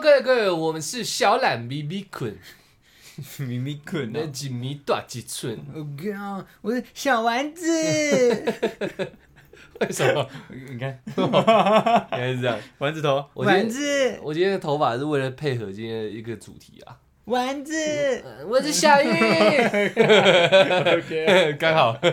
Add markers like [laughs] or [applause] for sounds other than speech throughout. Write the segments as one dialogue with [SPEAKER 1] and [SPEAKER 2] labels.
[SPEAKER 1] 各位各位，我们是小懒咪咪捆，
[SPEAKER 2] [laughs] 咪咪困啊
[SPEAKER 1] 那几米短几寸？
[SPEAKER 2] 我靠，我是小丸子，
[SPEAKER 1] 为什么？
[SPEAKER 2] [laughs] 你看
[SPEAKER 1] 原来是这样。
[SPEAKER 2] 丸子头，
[SPEAKER 1] 我觉得
[SPEAKER 2] 丸子，
[SPEAKER 1] 我今天的头发是为了配合今天的一个主题啊。
[SPEAKER 2] 丸子，
[SPEAKER 1] 呃我是小玉， [laughs]
[SPEAKER 2] [laughs]
[SPEAKER 1] 刚好。 [laughs]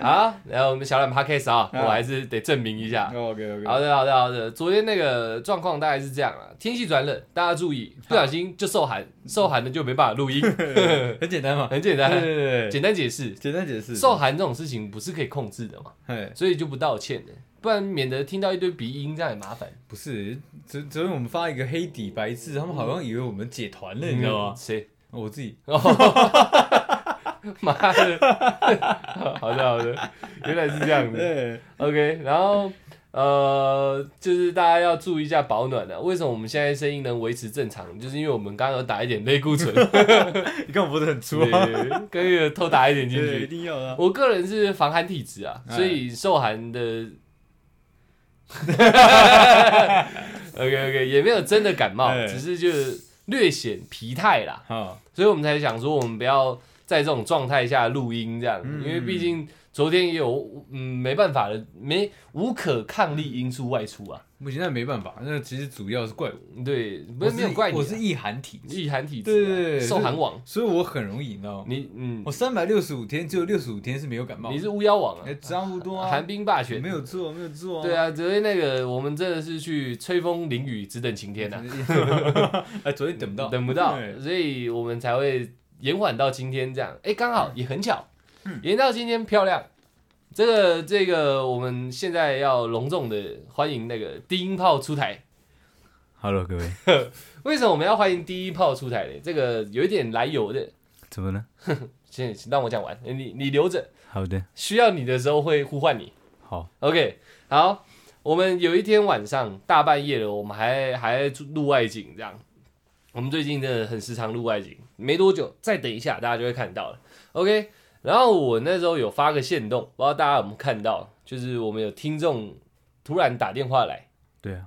[SPEAKER 1] 好，然后我们小懒 podcast 啊，我还是得证明一下。
[SPEAKER 2] OK
[SPEAKER 1] 好的，好的，好的。昨天那个状况大概是这样啊，天气转冷，大家注意，不小心就受寒，受寒了就没办法录 [laughs] 音，
[SPEAKER 2] [laughs] 很简单嘛，
[SPEAKER 1] 很简
[SPEAKER 2] 对
[SPEAKER 1] 单，
[SPEAKER 2] 对对对，
[SPEAKER 1] 啊简单解释。
[SPEAKER 2] 简单解释，
[SPEAKER 1] 受寒这种事情不是可以控制的嘛，
[SPEAKER 2] 嘿，
[SPEAKER 1] 所以就不道歉的，不然免得听到一堆鼻音，这样也麻烦。
[SPEAKER 2] 不是，昨昨天我们发一个黑底白字，他们好像以为我们解团
[SPEAKER 1] 嗯
[SPEAKER 2] 了，你知道吗？
[SPEAKER 1] 谁？ [laughs]
[SPEAKER 2] 我自己，
[SPEAKER 1] 妈的！好的，好的，原来是这样的。
[SPEAKER 2] 对，
[SPEAKER 1] OK，然后呃，就是大家要注意一下保暖的、为什么我们现在声音能维持正常？就是因为我们刚刚有打一点类固
[SPEAKER 2] [laughs]
[SPEAKER 1] 醇，
[SPEAKER 2] 你看我脖子很粗啊，
[SPEAKER 1] 对，跟一个偷打一点进
[SPEAKER 2] 对，一
[SPEAKER 1] 去。
[SPEAKER 2] 定要啊，
[SPEAKER 1] [laughs] 我个人是防寒体质啊，
[SPEAKER 2] 哎
[SPEAKER 1] 所以受寒的。OK OK，也没有真的感冒，
[SPEAKER 2] 哎
[SPEAKER 1] 只是就是略显疲态啦，
[SPEAKER 2] 好，
[SPEAKER 1] 所以我们才想说我们不要在这种状态下录音这样，
[SPEAKER 2] 嗯
[SPEAKER 1] 因为毕竟昨天也有嗯没办法的，没无可抗力因素外出啊，
[SPEAKER 2] 不行，那没办法，那其实主要是怪我，
[SPEAKER 1] 对，不
[SPEAKER 2] 我
[SPEAKER 1] 是
[SPEAKER 2] 是
[SPEAKER 1] 没有怪你啊、
[SPEAKER 2] 我是易寒体质，
[SPEAKER 1] 易寒体质、啊，
[SPEAKER 2] 对对对
[SPEAKER 1] 受寒网，
[SPEAKER 2] 所以我很容易，你知道吗？
[SPEAKER 1] 你嗯
[SPEAKER 2] 我三百六十五天只有六十五天是没有感冒的，
[SPEAKER 1] 你是巫妖王啊
[SPEAKER 2] 哎，，差不多啊，
[SPEAKER 1] 寒冰霸权
[SPEAKER 2] 没。有做，没有做、
[SPEAKER 1] 对，啊，昨天那个我们真的是去吹风淋雨，只等晴天呐、
[SPEAKER 2] [laughs] 哎，昨天等不到，
[SPEAKER 1] 等不到
[SPEAKER 2] 对，
[SPEAKER 1] 所以我们才会延缓到今天这样。哎，刚好也很巧，延到今天漂亮。这个这个，我们现在要隆重的欢迎那个低音炮出台。
[SPEAKER 2] Hello，各位，
[SPEAKER 1] 为什么我们要欢迎低音炮出台呢？这个有一点来由的，
[SPEAKER 2] 怎么了？
[SPEAKER 1] 先让我讲完，你你留着，
[SPEAKER 2] 好的，
[SPEAKER 1] 需要你的时候会呼唤你。
[SPEAKER 2] 好，
[SPEAKER 1] OK，好，我们有一天晚上大半夜了，我们还还录外景这样。我们最近真的很时常录外景，没多久再等一下，大家就会看到了。OK，然后我那时候有发个线动，不知道大家有没有看到，就是我们有听众突然打电话来，
[SPEAKER 2] 对啊，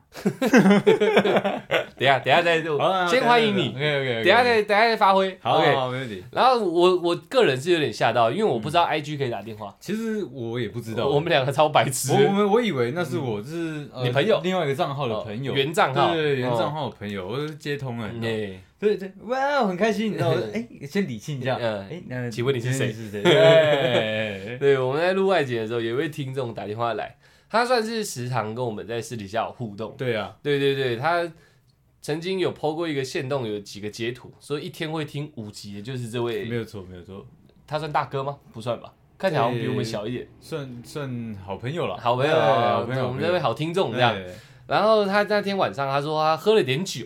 [SPEAKER 1] 等一下等一下再录，先欢迎你，
[SPEAKER 2] ，OK OK，
[SPEAKER 1] 等一下再等一下再发挥。
[SPEAKER 2] 好
[SPEAKER 1] OK，
[SPEAKER 2] 好，没问题。
[SPEAKER 1] 然后我我个人是有点吓到，因为我不知道 IG 可以打电话，
[SPEAKER 2] 其实我也不知道，
[SPEAKER 1] 我们两个超白痴
[SPEAKER 2] 我，我们我以为那是我就是呃
[SPEAKER 1] 你朋友哦
[SPEAKER 2] 另外一个账号的朋友，
[SPEAKER 1] 原账号，哦
[SPEAKER 2] 对对对原账
[SPEAKER 1] 号，
[SPEAKER 2] 号的嗯朋友，我就接通了，你知道吗
[SPEAKER 1] 哎。
[SPEAKER 2] 对对，哇，我很开心，你
[SPEAKER 1] [laughs]
[SPEAKER 2] 知道吗，哎，先理清一下，
[SPEAKER 1] 嗯
[SPEAKER 2] 哎，那
[SPEAKER 1] 请问你是谁
[SPEAKER 2] 是谁？对
[SPEAKER 1] [laughs]
[SPEAKER 2] [laughs]
[SPEAKER 1] 对，我们在录外景的时候，有一位听众打电话来，他算是时常跟我们在私底下有互动。
[SPEAKER 2] 对啊，
[SPEAKER 1] 对对对，他曾经有 PO 过一个线动，有几个截图，说一天会听五集的，就是这
[SPEAKER 2] 没
[SPEAKER 1] 位，
[SPEAKER 2] 有错，没有错。
[SPEAKER 1] 他算大哥吗？不算吧，看起来好像比我们小一点。
[SPEAKER 2] 算算好朋友了，
[SPEAKER 1] 好朋友
[SPEAKER 2] 哎
[SPEAKER 1] 啊，
[SPEAKER 2] 好朋友，
[SPEAKER 1] 我们这位好听众这
[SPEAKER 2] 样
[SPEAKER 1] 样。然后他那天晚上，他说他喝了点酒，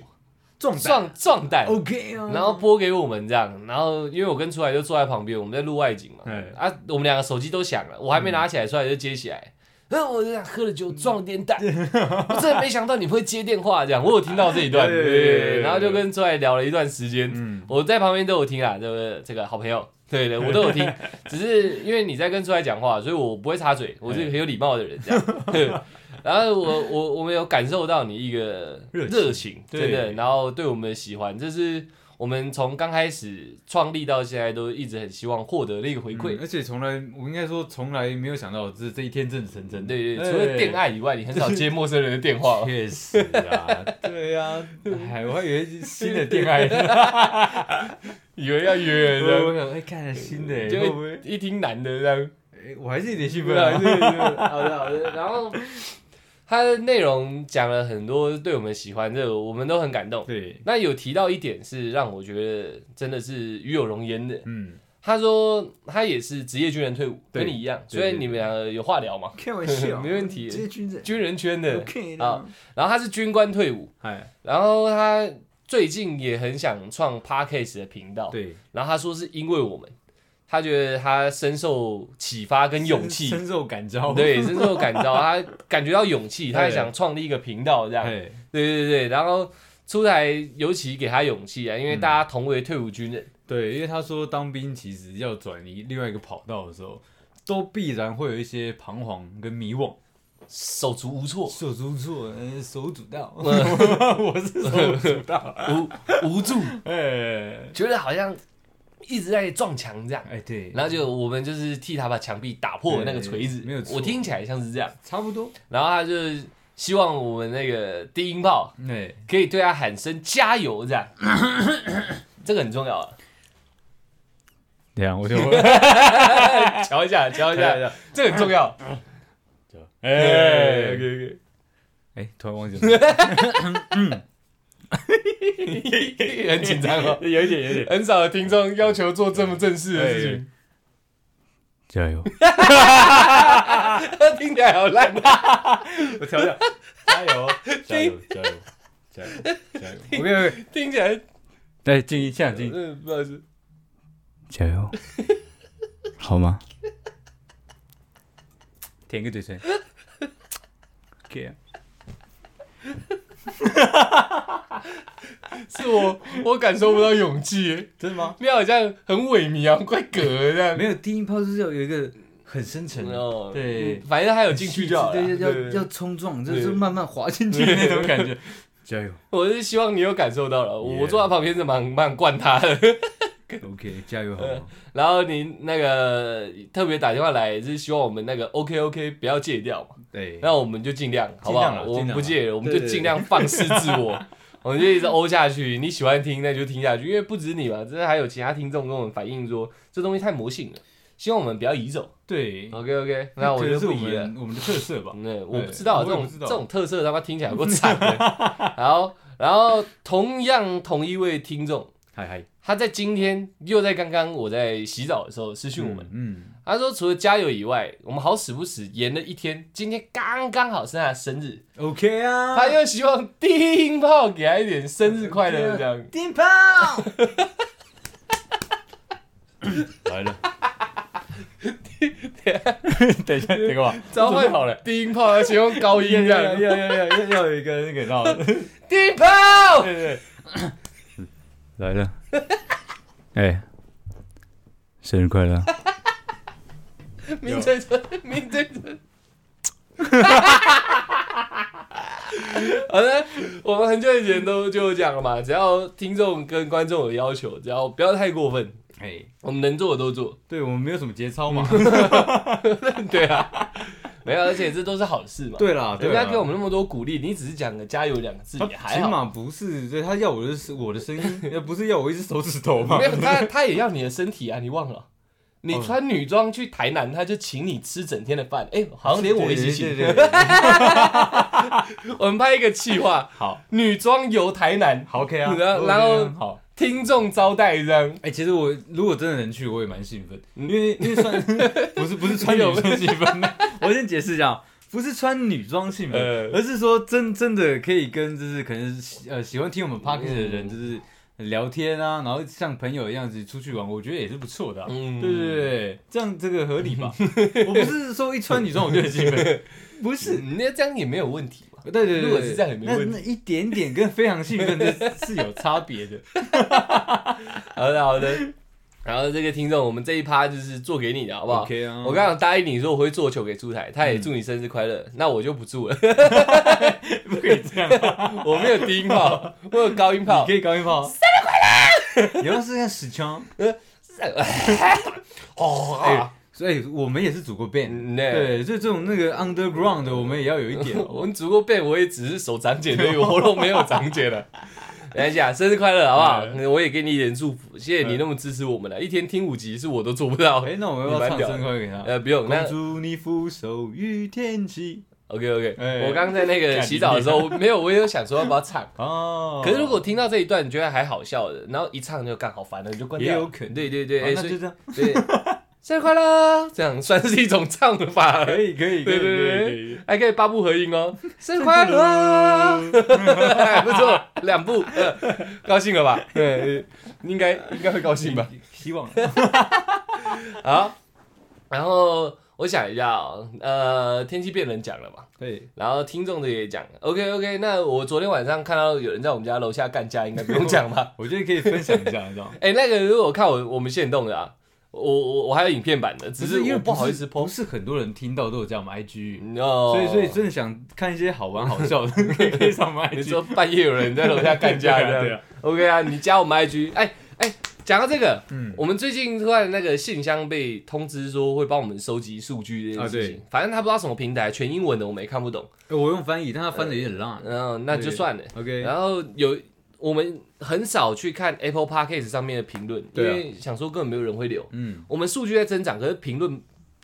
[SPEAKER 2] 壮胆
[SPEAKER 1] 壮壮胆。
[SPEAKER 2] ，OK 啊，
[SPEAKER 1] 然后播给我们这样，然后因为我跟出来就坐在旁边，我们在录外景嘛
[SPEAKER 2] 哎，
[SPEAKER 1] 啊，我们两个手机都响了，我还没拿起来，出来就接起来。 [laughs] 那我就想喝了酒壮了点
[SPEAKER 2] [laughs]
[SPEAKER 1] 胆，我真的没想到你会接电话这样，我有听到这一段，
[SPEAKER 2] 对
[SPEAKER 1] 对
[SPEAKER 2] 对对
[SPEAKER 1] 对
[SPEAKER 2] 对
[SPEAKER 1] 对，然后就跟出来聊了一段时间，
[SPEAKER 2] 嗯，
[SPEAKER 1] 我在旁边都有听啊，这个这个好朋友，对对，我都有
[SPEAKER 2] [laughs]
[SPEAKER 1] 听，只是因为你在跟出来讲话，所以我不会插嘴，我是
[SPEAKER 2] 哎
[SPEAKER 1] 很有礼貌的人这样。 [laughs] 对然后我我我们有感受到你一个
[SPEAKER 2] 热情
[SPEAKER 1] 热情，
[SPEAKER 2] 对
[SPEAKER 1] 真的，然后对我们的喜欢，这是我们从刚开始创立到现在都一直很希望获得的一个回馈
[SPEAKER 2] 嗯。而且从来我应该说从来没有想到这这一天真的成真的，
[SPEAKER 1] 对对，
[SPEAKER 2] 哎
[SPEAKER 1] 除了恋，爱以外，你很少接陌生人的电
[SPEAKER 2] [laughs]
[SPEAKER 1] 话。哦
[SPEAKER 2] 确实啊，对啊，哎，我还以为是新的恋爱，
[SPEAKER 1] [laughs] 以为要约这
[SPEAKER 2] 我
[SPEAKER 1] 样，
[SPEAKER 2] 我想哎，看了 [laughs] 新的，会
[SPEAKER 1] 就
[SPEAKER 2] 不会？
[SPEAKER 1] 一听男的这样。
[SPEAKER 2] 哎我还是有点兴
[SPEAKER 1] [laughs] 对
[SPEAKER 2] 奋
[SPEAKER 1] 啊，
[SPEAKER 2] 啊，
[SPEAKER 1] 对对对，好的好的。然后它的内容讲了很多对我们喜欢的，我们都很感动。
[SPEAKER 2] 对，
[SPEAKER 1] 那有提到一点是让我觉得真的是与有容焉的。
[SPEAKER 2] 嗯，
[SPEAKER 1] 他说他也是职业军人退伍，
[SPEAKER 2] 对
[SPEAKER 1] 跟你一样，
[SPEAKER 2] 对
[SPEAKER 1] 所以你们两个有话聊嘛？
[SPEAKER 2] 开玩
[SPEAKER 1] 笑 [laughs] 没问题
[SPEAKER 2] 这些军人
[SPEAKER 1] 军人圈的，
[SPEAKER 2] OK
[SPEAKER 1] 的好，然后他是军官退伍，
[SPEAKER 2] 哎，
[SPEAKER 1] 然后他最近也很想创 Parkcase 的频道，
[SPEAKER 2] 对，
[SPEAKER 1] 然后他说是因为我们，他觉得他深受启发跟勇气，
[SPEAKER 2] 深深受感召，，
[SPEAKER 1] 对，深受感召，他感觉到勇气，他也想创立一个频道这样。对
[SPEAKER 2] 哎，
[SPEAKER 1] 对对，然后出台尤其给他勇气啊，因为
[SPEAKER 2] 嗯
[SPEAKER 1] 大家同为退伍军人，
[SPEAKER 2] 对，因为他说当兵其实要转移另外一个跑道的时候，都必然会有一些彷徨跟迷惘。
[SPEAKER 1] 手足无措，
[SPEAKER 2] 手足做，嗯，手主道，
[SPEAKER 1] 嗯
[SPEAKER 2] [laughs] 我是手主道，
[SPEAKER 1] 无无助，
[SPEAKER 2] 哎
[SPEAKER 1] 觉得好像一直在撞墙这样。
[SPEAKER 2] 哎，对，
[SPEAKER 1] 然后就我们就是替他把墙壁打破的那个锤子，
[SPEAKER 2] 对没有错
[SPEAKER 1] 我听起来像是这样。
[SPEAKER 2] 差不多，
[SPEAKER 1] 然后他就是希望我们那个低音炮
[SPEAKER 2] 哎，
[SPEAKER 1] 可以对他喊声加油，这样， [coughs] 这个很重要啊。
[SPEAKER 2] 对啊，我就，
[SPEAKER 1] 瞧一下，瞧一
[SPEAKER 2] 瞧一
[SPEAKER 1] 下，这个很重要。
[SPEAKER 2] 啊哎，
[SPEAKER 1] OK，
[SPEAKER 2] 哎，突然忘记了，
[SPEAKER 1] [laughs] 很紧张哦，
[SPEAKER 2] [laughs] 有一点，有一点，
[SPEAKER 1] 很少的听众要求做这么正式
[SPEAKER 2] 哎
[SPEAKER 1] 的事情。 [laughs]
[SPEAKER 2] 加油，
[SPEAKER 1] 听起来好烂啊！ [laughs]
[SPEAKER 2] 我调一下，加油，加油，加油，加油，加油，OK OK，
[SPEAKER 1] 听起来，
[SPEAKER 2] 来静一下，静，
[SPEAKER 1] 嗯，不好意思，
[SPEAKER 2] 加油，好吗？舔个嘴唇， [laughs] 给啊，
[SPEAKER 1] 是我，我感受不到勇气。
[SPEAKER 2] 真的吗？
[SPEAKER 1] 你好像很萎靡啊，快嗝了这样。
[SPEAKER 2] [laughs] 没有，低音炮就是要有一个很深沉 [laughs] 的，
[SPEAKER 1] 哦，
[SPEAKER 2] 对
[SPEAKER 1] 嗯，反正他有进去就好了。
[SPEAKER 2] 对，要
[SPEAKER 1] 对
[SPEAKER 2] 要冲撞，就
[SPEAKER 1] 对
[SPEAKER 2] 是慢慢滑进去那种感觉。
[SPEAKER 1] [laughs]
[SPEAKER 2] 加油
[SPEAKER 1] 我是希望你有感受到了。我
[SPEAKER 2] Yeah
[SPEAKER 1] 坐在旁边是蛮蛮惯他的， [laughs]
[SPEAKER 2] ，OK，加油，好不好？
[SPEAKER 1] 然后你那个特别打电话来，也是希望我们那个 OK OK 不要戒掉嘛，
[SPEAKER 2] 对，
[SPEAKER 1] 嗯那我们就尽量，好不
[SPEAKER 2] 尽量
[SPEAKER 1] 好？
[SPEAKER 2] 啦
[SPEAKER 1] 我们不
[SPEAKER 2] 尽
[SPEAKER 1] 戒，
[SPEAKER 2] 量啦
[SPEAKER 1] 我们
[SPEAKER 2] 对
[SPEAKER 1] 就
[SPEAKER 2] 对对
[SPEAKER 1] 尽量放肆自
[SPEAKER 2] [laughs]
[SPEAKER 1] 我，我们就一直欧下去。你喜欢听那就听下去，因为不止你嘛，真的还有其他听众跟我们反映说这东西太魔性了，希望我们不要移走。
[SPEAKER 2] 对，
[SPEAKER 1] OK OK，那我
[SPEAKER 2] 嗯可能
[SPEAKER 1] 就是不
[SPEAKER 2] 我
[SPEAKER 1] 移了。
[SPEAKER 2] 们我们的特色吧。
[SPEAKER 1] 嗯，我不知道
[SPEAKER 2] 对
[SPEAKER 1] 这
[SPEAKER 2] 我
[SPEAKER 1] 种
[SPEAKER 2] 也不知道
[SPEAKER 1] 这种特色他妈听起来有够惨
[SPEAKER 2] [laughs]
[SPEAKER 1] 的。然后，然后同样同一位听众，
[SPEAKER 2] 嗨嗨，
[SPEAKER 1] 他在今天又在刚刚我在洗澡的时候私讯我们，
[SPEAKER 2] 嗯，
[SPEAKER 1] 他说除了加油以外，我们好死不死延了一天，今天刚刚好是他的生日，
[SPEAKER 2] 嗯，OK 啊，
[SPEAKER 1] 他又希望低音炮给他一点生日快乐这样。
[SPEAKER 2] 低
[SPEAKER 1] [laughs]
[SPEAKER 2] 音炮来 [laughs] 了。
[SPEAKER 1] [laughs]
[SPEAKER 2] 等 [laughs] 一下，这个吧，
[SPEAKER 1] 召唤好了，低音炮，他先用高音
[SPEAKER 2] [laughs] 要
[SPEAKER 1] 这
[SPEAKER 2] 要
[SPEAKER 1] 样。
[SPEAKER 2] 要要要要有一个那个，然后
[SPEAKER 1] [laughs] 低音炮，
[SPEAKER 2] 对对， [laughs] 来了，哎，生日快乐！
[SPEAKER 1] 名嘴唇，名嘴唇。好的，我们很久以前都就讲了嘛，只要听众跟观众有要求，只要不要太过分，
[SPEAKER 2] 哎，
[SPEAKER 1] 我们能做的都做。
[SPEAKER 2] 对我们没有什么节操嘛。
[SPEAKER 1] 对啊，没有，而且这都是好事嘛。，
[SPEAKER 2] [laughs] 对啦，对
[SPEAKER 1] 人
[SPEAKER 2] 啦
[SPEAKER 1] 家给我们那么多鼓励，你只是讲个加油两个字
[SPEAKER 2] 他
[SPEAKER 1] 也还
[SPEAKER 2] 起
[SPEAKER 1] 好。
[SPEAKER 2] 码不是，对他要我的是我的声音，呃不是 [laughs] 要我一只手指头嘛
[SPEAKER 1] [laughs] 没？有，他他也要你的身体啊，你忘了？你穿女装去台南，他就请你吃整天的饭。哎、好像连我一起
[SPEAKER 2] 对
[SPEAKER 1] 请。
[SPEAKER 2] 对对对
[SPEAKER 1] [laughs] 我们拍一个企划，
[SPEAKER 2] 好，
[SPEAKER 1] 女装游台南，
[SPEAKER 2] 好 OK [laughs] 啊。
[SPEAKER 1] 然后
[SPEAKER 2] OK 啊
[SPEAKER 1] 然后
[SPEAKER 2] 好，
[SPEAKER 1] 听众招待这样。
[SPEAKER 2] 哎，其实我如果真的能去，我也蛮兴奋，因为因为穿 [laughs] 不是不是穿女装兴奋， [laughs] 我先解释一下啊。不是穿女装兴奋，
[SPEAKER 1] 呃
[SPEAKER 2] 而是说真真的可以跟就是可能是喜呃喜欢听我们 p o d c a s t 的人
[SPEAKER 1] 嗯
[SPEAKER 2] 就是聊天啊，然后像朋友一样子出去玩，我觉得也是不错的、啊。
[SPEAKER 1] 嗯
[SPEAKER 2] 对对对，这样这个合
[SPEAKER 1] [laughs]
[SPEAKER 2] 理吧？我不是说一穿女装我就很兴奋，不是，
[SPEAKER 1] 嗯那这样也没有问题嘛。
[SPEAKER 2] 对对
[SPEAKER 1] 如
[SPEAKER 2] 对，
[SPEAKER 1] 果是这样也没问题
[SPEAKER 2] 那那一点点跟非常兴奋的是有差
[SPEAKER 1] [laughs]
[SPEAKER 2] 别的。
[SPEAKER 1] 好的好的，然后这个听众，我们这一趴就是做给你的，好不好
[SPEAKER 2] OK 啊
[SPEAKER 1] 我刚刚答应你说我会做球给朱台，他也祝你生日快乐，那我就不祝
[SPEAKER 2] [laughs]
[SPEAKER 1] 了，
[SPEAKER 2] [laughs] 不可以这样
[SPEAKER 1] [laughs]
[SPEAKER 2] 吧，
[SPEAKER 1] 我没有低音炮，我有高音炮
[SPEAKER 2] 你可。以高音炮。生日快乐！你要是看死枪，
[SPEAKER 1] 哦，
[SPEAKER 2] 哎，所以我们也是组过 band。
[SPEAKER 1] 嗯对，
[SPEAKER 2] 对，就这种那个 underground 的，我们也要有一点哦
[SPEAKER 1] 我们足够背，我也只是手长茧而已，我喉咙没有长茧了。等一下，生日快乐，好不好？我也给你一点祝福，谢谢你那么支持我们了。一天听五集是我都做不到。
[SPEAKER 2] 哎，那我们要不要唱
[SPEAKER 1] 你蛮屌的
[SPEAKER 2] 生日快乐给他。
[SPEAKER 1] 呃，不用，那
[SPEAKER 2] 恭祝你福寿与天齐。
[SPEAKER 1] OK OK，、
[SPEAKER 2] 哎
[SPEAKER 1] 我刚在那个洗澡的时候，没有，我也有想说要不要唱。
[SPEAKER 2] 哦，
[SPEAKER 1] [laughs] 可是如果听到这一段，你觉得还好笑的，然后一唱就干好烦了，你就关掉了。
[SPEAKER 2] 也有可能
[SPEAKER 1] 对对对，
[SPEAKER 2] 好
[SPEAKER 1] 哎、
[SPEAKER 2] 那
[SPEAKER 1] 所以
[SPEAKER 2] 就这样，
[SPEAKER 1] 对，
[SPEAKER 2] [laughs]
[SPEAKER 1] 生日快乐，这样算是一种唱法
[SPEAKER 2] 可
[SPEAKER 1] 了，
[SPEAKER 2] 以可以，可
[SPEAKER 1] 对对
[SPEAKER 2] 以
[SPEAKER 1] 对
[SPEAKER 2] 可以可以。
[SPEAKER 1] 还可以八步合音
[SPEAKER 2] [laughs]
[SPEAKER 1] 哦，生日快乐，啊还 [laughs] 不错，两步，呃 [laughs] 高兴了吧？对，应该应该会高兴吧？
[SPEAKER 2] 希望。
[SPEAKER 1] 好，然后我想一下、哦，呃，天气变冷讲了嘛，
[SPEAKER 2] 对，
[SPEAKER 1] 然后听众的也讲了，OK OK，那我昨天晚上看到有人在我们家
[SPEAKER 2] [laughs]
[SPEAKER 1] 楼下干架，应该不用讲吧？
[SPEAKER 2] 我觉得可以分享一下，你知道吗？
[SPEAKER 1] 哎、那个如果看我我们现动的啊，我我我还有影片版的， [laughs] 只
[SPEAKER 2] 不因
[SPEAKER 1] 我
[SPEAKER 2] 为
[SPEAKER 1] 不好意思
[SPEAKER 2] 不
[SPEAKER 1] PO。
[SPEAKER 2] 是很多人听到都有这样嘛 IG，
[SPEAKER 1] [laughs] 哦，
[SPEAKER 2] 所以所以真的想看一些好玩好
[SPEAKER 1] [laughs]
[SPEAKER 2] 笑的，可以可以上我们 IG。
[SPEAKER 1] 你说半夜有人在楼下干架
[SPEAKER 2] [laughs] 对啊
[SPEAKER 1] 这样
[SPEAKER 2] 对啊
[SPEAKER 1] OK 啊，你加我们 IG，哎哎，讲到这个，
[SPEAKER 2] 嗯，
[SPEAKER 1] 我们最近突然那个信箱被通知说会帮我们收集数据这件事情，
[SPEAKER 2] 啊
[SPEAKER 1] 反正他不知道什么平台，全英文的我们也看不懂，
[SPEAKER 2] 呃我用翻译，但他翻的有点烂。
[SPEAKER 1] 嗯，那就
[SPEAKER 2] 对
[SPEAKER 1] 算了。
[SPEAKER 2] OK，
[SPEAKER 1] 然后有我们很少去看 Apple Podcast 上面的评论，因
[SPEAKER 2] 对啊
[SPEAKER 1] 为想说根本没有人会留。
[SPEAKER 2] 嗯，
[SPEAKER 1] 我们数据在增长，可是评论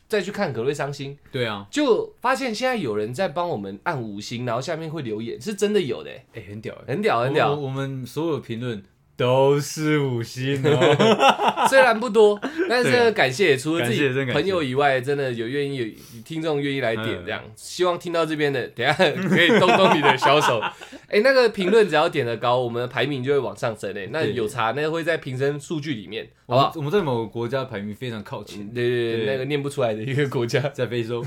[SPEAKER 1] 再去看可能会伤心，
[SPEAKER 2] 对啊，
[SPEAKER 1] 就发现现在有人在帮我们按五星，然后下面会留言，是真的有的欸、
[SPEAKER 2] 哎，很屌哎，
[SPEAKER 1] 很屌很屌
[SPEAKER 2] 我。我们所有评论都是五星
[SPEAKER 1] [laughs]
[SPEAKER 2] 哦。 [laughs]
[SPEAKER 1] 虽然不多，但是这个感谢也除了自
[SPEAKER 2] 啊感
[SPEAKER 1] 己
[SPEAKER 2] 谢真感谢
[SPEAKER 1] 朋友以外，真的有愿意有听众愿意来点
[SPEAKER 2] 嗯
[SPEAKER 1] 这样。希望听到这边的，等一下可以动动你的小
[SPEAKER 2] [laughs]
[SPEAKER 1] 手。哎、那个评论只要点的高，我们的排名就会往上升诶、欸那
[SPEAKER 2] 对
[SPEAKER 1] 有差，那个会在评分数据里面，好嗯不
[SPEAKER 2] 我们
[SPEAKER 1] 好？
[SPEAKER 2] 我们在某个国家排名非常靠前，
[SPEAKER 1] 对对对，
[SPEAKER 2] 对
[SPEAKER 1] 那个念不出来的一个国家 [laughs]
[SPEAKER 2] 在非洲，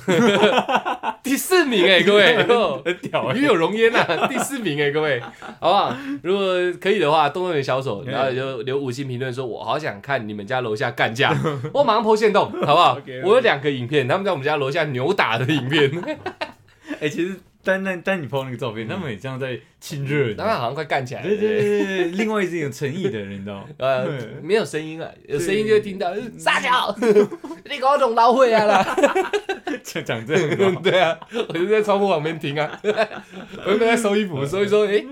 [SPEAKER 1] 第四名哎、各
[SPEAKER 2] [laughs]
[SPEAKER 1] 位，哦
[SPEAKER 2] 很屌
[SPEAKER 1] [laughs]
[SPEAKER 2] 哎
[SPEAKER 1] 与。有荣焉呐、
[SPEAKER 2] [laughs]
[SPEAKER 1] 啊，第四名哎、各位，好不好？如果可以的话，动动你的小
[SPEAKER 2] [laughs]
[SPEAKER 1] 手，
[SPEAKER 2] 嗯
[SPEAKER 1] 然后就留五星评论，说我好想看你们家楼下干
[SPEAKER 2] [laughs]
[SPEAKER 1] 架，我马上剖线洞，好不好
[SPEAKER 2] OK，OK
[SPEAKER 1] 我有两个影片，他们在我们家楼下扭打的影
[SPEAKER 2] [laughs]
[SPEAKER 1] 片，
[SPEAKER 2] 哎，其实单单单你 PO 那个照片，他们也像在亲热你。
[SPEAKER 1] 他们好像快干起来了。
[SPEAKER 2] 对对对对，对另外一种有诚意的人，你
[SPEAKER 1] [laughs]
[SPEAKER 2] 知道吗？
[SPEAKER 1] 呃，
[SPEAKER 2] 对
[SPEAKER 1] 没有声音了，有声音就会听到撒娇， [laughs] 你搞懂老会啊啦。
[SPEAKER 2] 讲讲这样的
[SPEAKER 1] [laughs]
[SPEAKER 2] 话，
[SPEAKER 1] 对啊，我就在窗户旁边听啊， [laughs] 我就在收衣
[SPEAKER 2] 嗯
[SPEAKER 1] 服，收一收，诶，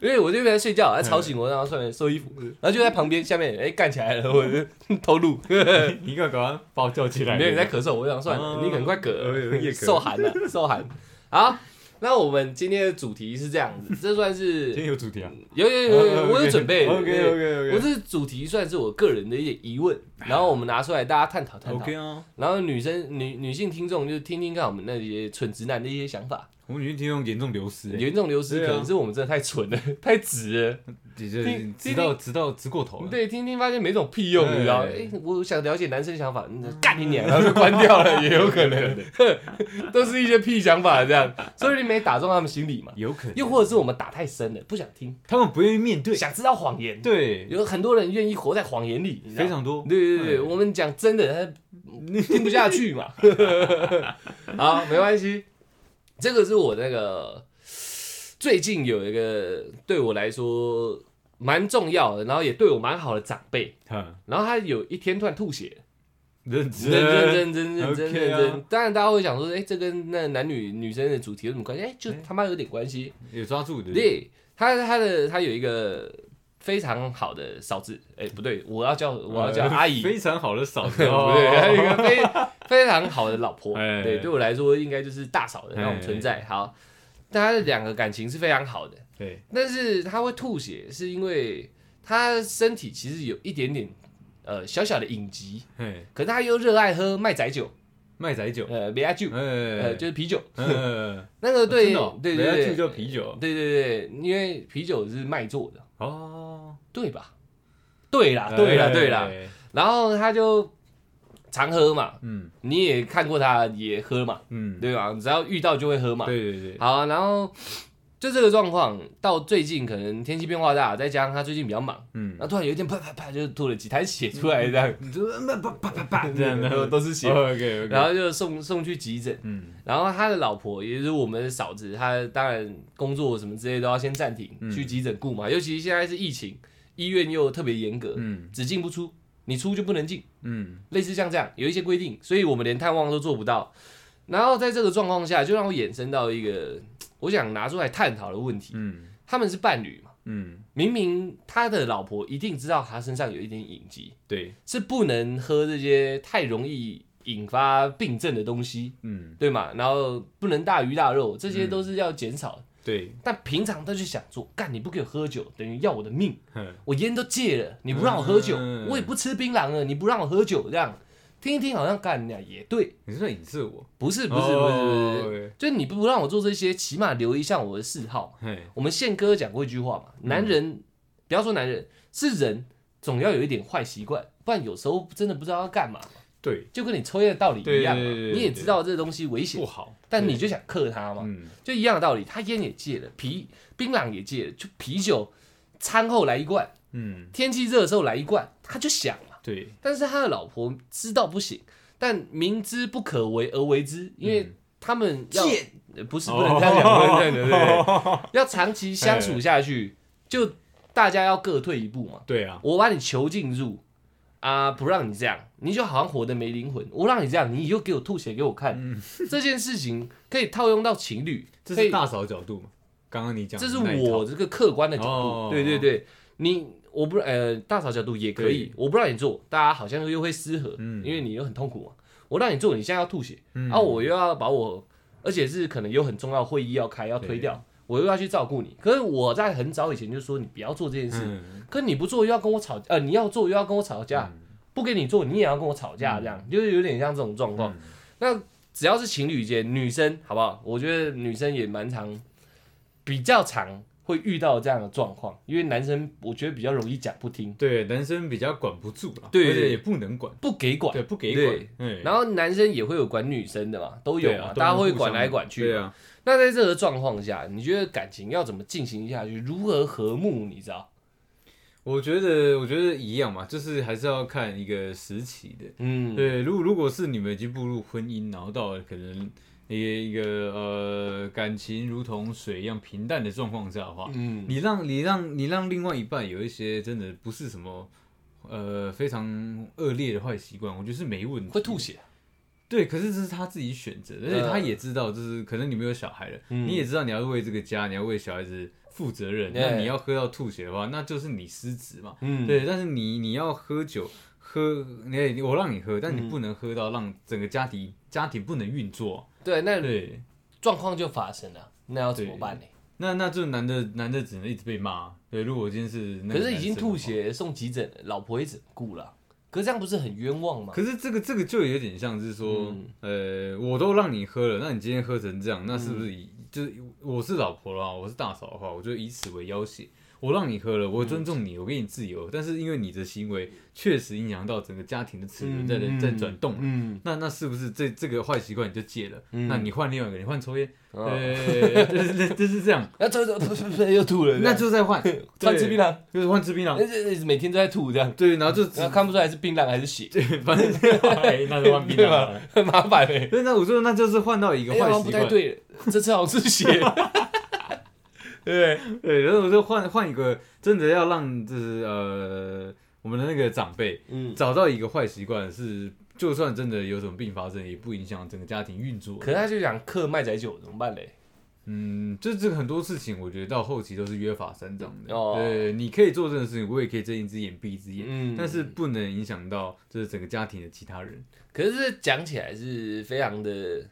[SPEAKER 1] 因为我就在睡觉，他吵醒我，然后顺便收衣服，
[SPEAKER 2] 嗯
[SPEAKER 1] 然后就在旁边下面，诶，干起来了，我
[SPEAKER 2] [laughs]
[SPEAKER 1] 就偷录，没
[SPEAKER 2] 你赶快把我叫起来。
[SPEAKER 1] 有你在咳嗽，我想算了，
[SPEAKER 2] 哦
[SPEAKER 1] 你可能快嗝
[SPEAKER 2] 我有
[SPEAKER 1] 了，
[SPEAKER 2] 夜咳
[SPEAKER 1] 受寒
[SPEAKER 2] [laughs]
[SPEAKER 1] 了，受寒。好，那我们今天的主题是这样子，
[SPEAKER 2] [laughs]
[SPEAKER 1] 这算
[SPEAKER 2] 今天
[SPEAKER 1] 是
[SPEAKER 2] 有主题啊？
[SPEAKER 1] 有有有有，嗯我有准备
[SPEAKER 2] OK
[SPEAKER 1] 对
[SPEAKER 2] OK
[SPEAKER 1] 我
[SPEAKER 2] OK。
[SPEAKER 1] 这主题算是我个人的一点疑问，然后我们拿出来大家探讨探讨
[SPEAKER 2] OK，啊，
[SPEAKER 1] 然后女生女女性听众就听听看我们那些蠢直男的一些想法，
[SPEAKER 2] 我们女性听众严重流失欸，
[SPEAKER 1] 严重流失
[SPEAKER 2] 对
[SPEAKER 1] 可
[SPEAKER 2] 啊
[SPEAKER 1] 能是我们真的太蠢了， [laughs] 太直了。
[SPEAKER 2] 也就
[SPEAKER 1] 听
[SPEAKER 2] 直到直到直过头了。
[SPEAKER 1] 对，听听发现没什么屁用，你知道？
[SPEAKER 2] 对
[SPEAKER 1] 哎，我想了解男生想法，
[SPEAKER 2] [laughs]
[SPEAKER 1] 嗯干你娘，然后就关掉了，也有可能， [laughs] 都是一些屁想法这样，所以你没打中他们心里嘛。
[SPEAKER 2] 有可能，
[SPEAKER 1] 又或者是我们打太深了，不想听，
[SPEAKER 2] 他们不愿意面对，
[SPEAKER 1] 想知道谎言。
[SPEAKER 2] 对，
[SPEAKER 1] 有很多人愿意活在谎言里，你知道
[SPEAKER 2] 非常多，
[SPEAKER 1] 对对对，我们讲真的，他听不下去嘛。 [laughs] 好，没关系，这个是我那个最近有一个对我来说蛮重要的，然后也对我蛮好的长辈，
[SPEAKER 2] 嗯，
[SPEAKER 1] 然后他有一天突然吐血，
[SPEAKER 2] 认真
[SPEAKER 1] 认真认真认真
[SPEAKER 2] 哎 OK
[SPEAKER 1] 认
[SPEAKER 2] 啊
[SPEAKER 1] 真。当然大家会想说，哎，这跟那男女女生的主题有什么关系？哎，就他妈有点关系。
[SPEAKER 2] 有抓住的，
[SPEAKER 1] 对，他他的他有一个。非常好的嫂子，哎、不对，我要叫我要叫
[SPEAKER 2] 呃
[SPEAKER 1] 阿 [laughs] 姨，
[SPEAKER 2] 非常好的嫂 [laughs] 子，
[SPEAKER 1] 不对，还有一个非非常好的老婆，
[SPEAKER 2] 哦哎
[SPEAKER 1] 对，对我来说应该就是大嫂的那种存在。好，但他的两个感情是非常好的，
[SPEAKER 2] 对，
[SPEAKER 1] 但是他会吐血，是因为他身体其实有一点点呃小小的隐疾，
[SPEAKER 2] 嘿，
[SPEAKER 1] 可是他又热爱喝麦仔酒，
[SPEAKER 2] 麦仔酒，
[SPEAKER 1] 呃，梅亚酒，呃，
[SPEAKER 2] 哎，
[SPEAKER 1] 就是啤酒。
[SPEAKER 2] 嗯，
[SPEAKER 1] 那个对
[SPEAKER 2] 真的哦
[SPEAKER 1] 对
[SPEAKER 2] 梅亚
[SPEAKER 1] 对
[SPEAKER 2] 酒
[SPEAKER 1] 对
[SPEAKER 2] 叫啤酒
[SPEAKER 1] 对对对，因为啤酒是麦做的，
[SPEAKER 2] 哦，
[SPEAKER 1] 对吧？对啦，啊对啦，
[SPEAKER 2] 哎
[SPEAKER 1] 对啦。，然后他就常喝嘛，
[SPEAKER 2] 嗯
[SPEAKER 1] 你也看过他也喝嘛，
[SPEAKER 2] 嗯，
[SPEAKER 1] 对吧？只要遇到就会喝嘛。
[SPEAKER 2] 对对对，
[SPEAKER 1] 好啊、然后就这个状况，到最近可能天气变化大，再加上他最近比较忙，
[SPEAKER 2] 嗯
[SPEAKER 1] 然后，突然有一天啪啪啪就吐了几滩血出哎来这样，
[SPEAKER 2] [laughs] 你就啪啪啪啪这样
[SPEAKER 1] 然后
[SPEAKER 2] 的，
[SPEAKER 1] 都是血，
[SPEAKER 2] OK OK，
[SPEAKER 1] 然后就送送去急诊。
[SPEAKER 2] 嗯
[SPEAKER 1] 然后他的老婆，也就是我们的嫂子，她当然工作什么之类都要先暂停，
[SPEAKER 2] 嗯
[SPEAKER 1] 去急诊顾嘛。尤其现在是疫情，医院又特别严格，
[SPEAKER 2] 嗯
[SPEAKER 1] 只进不出，你出就不能进。
[SPEAKER 2] 嗯
[SPEAKER 1] 类似像这样有一些规定，所以我们连探望都做不到。然后在这个状况下，就让我衍生到一个我想拿出来探讨的问题：
[SPEAKER 2] 嗯
[SPEAKER 1] 他们是伴侣嘛？
[SPEAKER 2] 嗯，
[SPEAKER 1] 明明他的老婆一定知道他身上有一点隐疾，
[SPEAKER 2] 对，
[SPEAKER 1] 是不能喝这些太容易引发病症的东西，
[SPEAKER 2] 嗯
[SPEAKER 1] 对吗？然后不能大鱼大肉，这些都是要减少的。
[SPEAKER 2] 对，
[SPEAKER 1] 但平常他就想做，干你不给我喝酒，等于要我的命。
[SPEAKER 2] 哼
[SPEAKER 1] 我烟都戒了，你不让我喝酒，
[SPEAKER 2] 嗯
[SPEAKER 1] 我也不吃槟榔了，你不让我喝酒，这样听一听好像干你俩也对，
[SPEAKER 2] 你是在影射我？
[SPEAKER 1] 不是不是不是不是，不是
[SPEAKER 2] 哦
[SPEAKER 1] 就你不让我做这些，起码留一下我的嗜好嘛。
[SPEAKER 2] 嘿，
[SPEAKER 1] 我们宪哥讲过一句话嘛，男人、
[SPEAKER 2] 嗯
[SPEAKER 1] 不要说男人是人，总要有一点坏习惯，不然有时候真的不知道要干嘛，
[SPEAKER 2] 对，
[SPEAKER 1] 就跟你抽烟的道理一样嘛，
[SPEAKER 2] 对对对对对
[SPEAKER 1] 你也知道这东西危险
[SPEAKER 2] 不，好，
[SPEAKER 1] 但你就想克他嘛，
[SPEAKER 2] 嗯，
[SPEAKER 1] 就一样的道理，他烟也戒了，啤槟榔也戒了，就啤酒餐后来一罐。
[SPEAKER 2] 嗯
[SPEAKER 1] 天气热的时候来一罐，他就想嘛，嘛。
[SPEAKER 2] 对，
[SPEAKER 1] 但是他的老婆知道不行，但明知不可为而为之，因为
[SPEAKER 2] 嗯
[SPEAKER 1] 他们要、
[SPEAKER 2] 贱
[SPEAKER 1] 呃不是不能这样讲，不能这样讲，对不
[SPEAKER 2] 哦
[SPEAKER 1] 对？ [laughs] 要长期相处下去，就大家要各退一步嘛。
[SPEAKER 2] 对啊，
[SPEAKER 1] 我把你囚禁住啊，不让你这样，你就好像活得没灵魂。我让你这样，你又给我吐血给我看。这件事情可以套用到情侣，
[SPEAKER 2] 嗯这
[SPEAKER 1] 可以
[SPEAKER 2] 是大嫂角度嘛？刚刚你讲，
[SPEAKER 1] 这是我，这个客观的角度。
[SPEAKER 2] 哦
[SPEAKER 1] 对对对，你我不呃大嫂角度也可以
[SPEAKER 2] 对，
[SPEAKER 1] 我不让你做，大家好像又会失和，
[SPEAKER 2] 嗯
[SPEAKER 1] 因为你又很痛苦嘛。我让你做，你现在要吐血，
[SPEAKER 2] 嗯
[SPEAKER 1] 然后我又要把我，而且是可能有很重要的会议要开要推掉，我又要去照顾你。可是我在很早以前就说你不要做这件事，
[SPEAKER 2] 嗯，
[SPEAKER 1] 可你不做又要跟我吵，呃，你要做又要跟我吵架，不给你做你也要跟我吵架，这样、就是有点像这种状况。
[SPEAKER 2] 嗯
[SPEAKER 1] 那只要是情侣间，女生好不好？我觉得女生也蛮常，比较常会遇到这样的状况，因为男生我觉得比较容易讲不听，
[SPEAKER 2] 对，男生比较管不住啦，
[SPEAKER 1] 对
[SPEAKER 2] 而且也不能管，
[SPEAKER 1] 不给管
[SPEAKER 2] 对，，不给
[SPEAKER 1] 对
[SPEAKER 2] 管，对，
[SPEAKER 1] 然后男生也会有管女生的嘛，都有
[SPEAKER 2] 对
[SPEAKER 1] 嘛，
[SPEAKER 2] 啊
[SPEAKER 1] 大家会
[SPEAKER 2] 都互相
[SPEAKER 1] 管来管去。
[SPEAKER 2] 对啊，
[SPEAKER 1] 那在这个状况下，你觉得感情要怎么进行下去？如何和睦？你知道？
[SPEAKER 2] 我觉得，我觉得一样嘛，就是还是要看一个时期的。
[SPEAKER 1] 嗯，
[SPEAKER 2] 对，如如果是你们已经步入婚姻，然后到了可能一个一个呃感情如同水一样平淡的状况下的话，
[SPEAKER 1] 嗯，
[SPEAKER 2] 你让你让你让另外一半有一些真的不是什么呃非常恶劣的坏习惯，我觉得是没问题。
[SPEAKER 1] 会吐。血。呃
[SPEAKER 2] 对，可是这是他自己选择的，而且他也知道，就是可能你没有小孩了，
[SPEAKER 1] 嗯
[SPEAKER 2] 你也知道你要为这个家，你要为小孩子负责任。
[SPEAKER 1] 对
[SPEAKER 2] 那你要喝到吐血的话，那就是你失职嘛。
[SPEAKER 1] 嗯，
[SPEAKER 2] 对，但是你你要喝酒，喝你我让你喝，但你不能喝到让整个家庭家庭不能运作。
[SPEAKER 1] 对，那
[SPEAKER 2] 对，
[SPEAKER 1] 状况就发生了，那要怎么
[SPEAKER 2] 对
[SPEAKER 1] 办呢？
[SPEAKER 2] 那那这男的男的只能一直被骂。对，如果我今天是那
[SPEAKER 1] 可
[SPEAKER 2] 个
[SPEAKER 1] 是已经
[SPEAKER 2] 男生的
[SPEAKER 1] 吐
[SPEAKER 2] 话，
[SPEAKER 1] 血送急诊了，老婆也只顾了，可是这样不是很冤枉吗？
[SPEAKER 2] 可 [laughs] 是这个这个就有点像是说，
[SPEAKER 1] 嗯
[SPEAKER 2] 呃，我都让你喝了，那你今天喝成这样，那是不是以、就是我是老婆啦，我是大嫂的话，我就以此为要挟。我让你喝了，我尊重你，我给你自由，但是因为你的行为确实影响到整个家庭的齿轮在、在转动了
[SPEAKER 1] 嗯，
[SPEAKER 2] 那那是不是这这个坏习惯你就戒了？
[SPEAKER 1] 嗯
[SPEAKER 2] 那你换另外一个，你换抽烟，
[SPEAKER 1] 哦
[SPEAKER 2] 对， [laughs] 就是就是这
[SPEAKER 1] [laughs]
[SPEAKER 2] 样，
[SPEAKER 1] 那这这这这这又吐了，
[SPEAKER 2] 那就再换
[SPEAKER 1] 穿吃槟，榔，
[SPEAKER 2] 对就是换吃槟
[SPEAKER 1] 那
[SPEAKER 2] 榔，
[SPEAKER 1] 这这每天都在吐这样，
[SPEAKER 2] 对，然后就只
[SPEAKER 1] [laughs] 然后看不出来是槟榔还是血，
[SPEAKER 2] 对，反正 [laughs] 哎那就换槟榔好了。
[SPEAKER 1] 很 [laughs] 麻烦嘞。
[SPEAKER 2] 对，那我说那就是换到一个
[SPEAKER 1] 啊哎，好
[SPEAKER 2] 坏
[SPEAKER 1] 像不
[SPEAKER 2] 习惯
[SPEAKER 1] 太，对了，这次好像是
[SPEAKER 2] [laughs]
[SPEAKER 1] 血。 [laughs] 对，
[SPEAKER 2] 对，然后我就换换一个，真的要让就是呃我们的那个长辈
[SPEAKER 1] 嗯。
[SPEAKER 2] 找到一个坏习惯是。就算真的有什么病发生，也不影响整个家庭运作
[SPEAKER 1] 可。是他就讲嗑麦仔酒怎么办嘞？
[SPEAKER 2] 嗯，就这个很多事情，我觉得到后期都是约法三章的。
[SPEAKER 1] 哦
[SPEAKER 2] 对，你可以做这种事情，我也可以睁一只眼闭一只眼。
[SPEAKER 1] 嗯，
[SPEAKER 2] 但是不能影响到就是整个家庭的其他人。
[SPEAKER 1] 可是这讲起来是非常的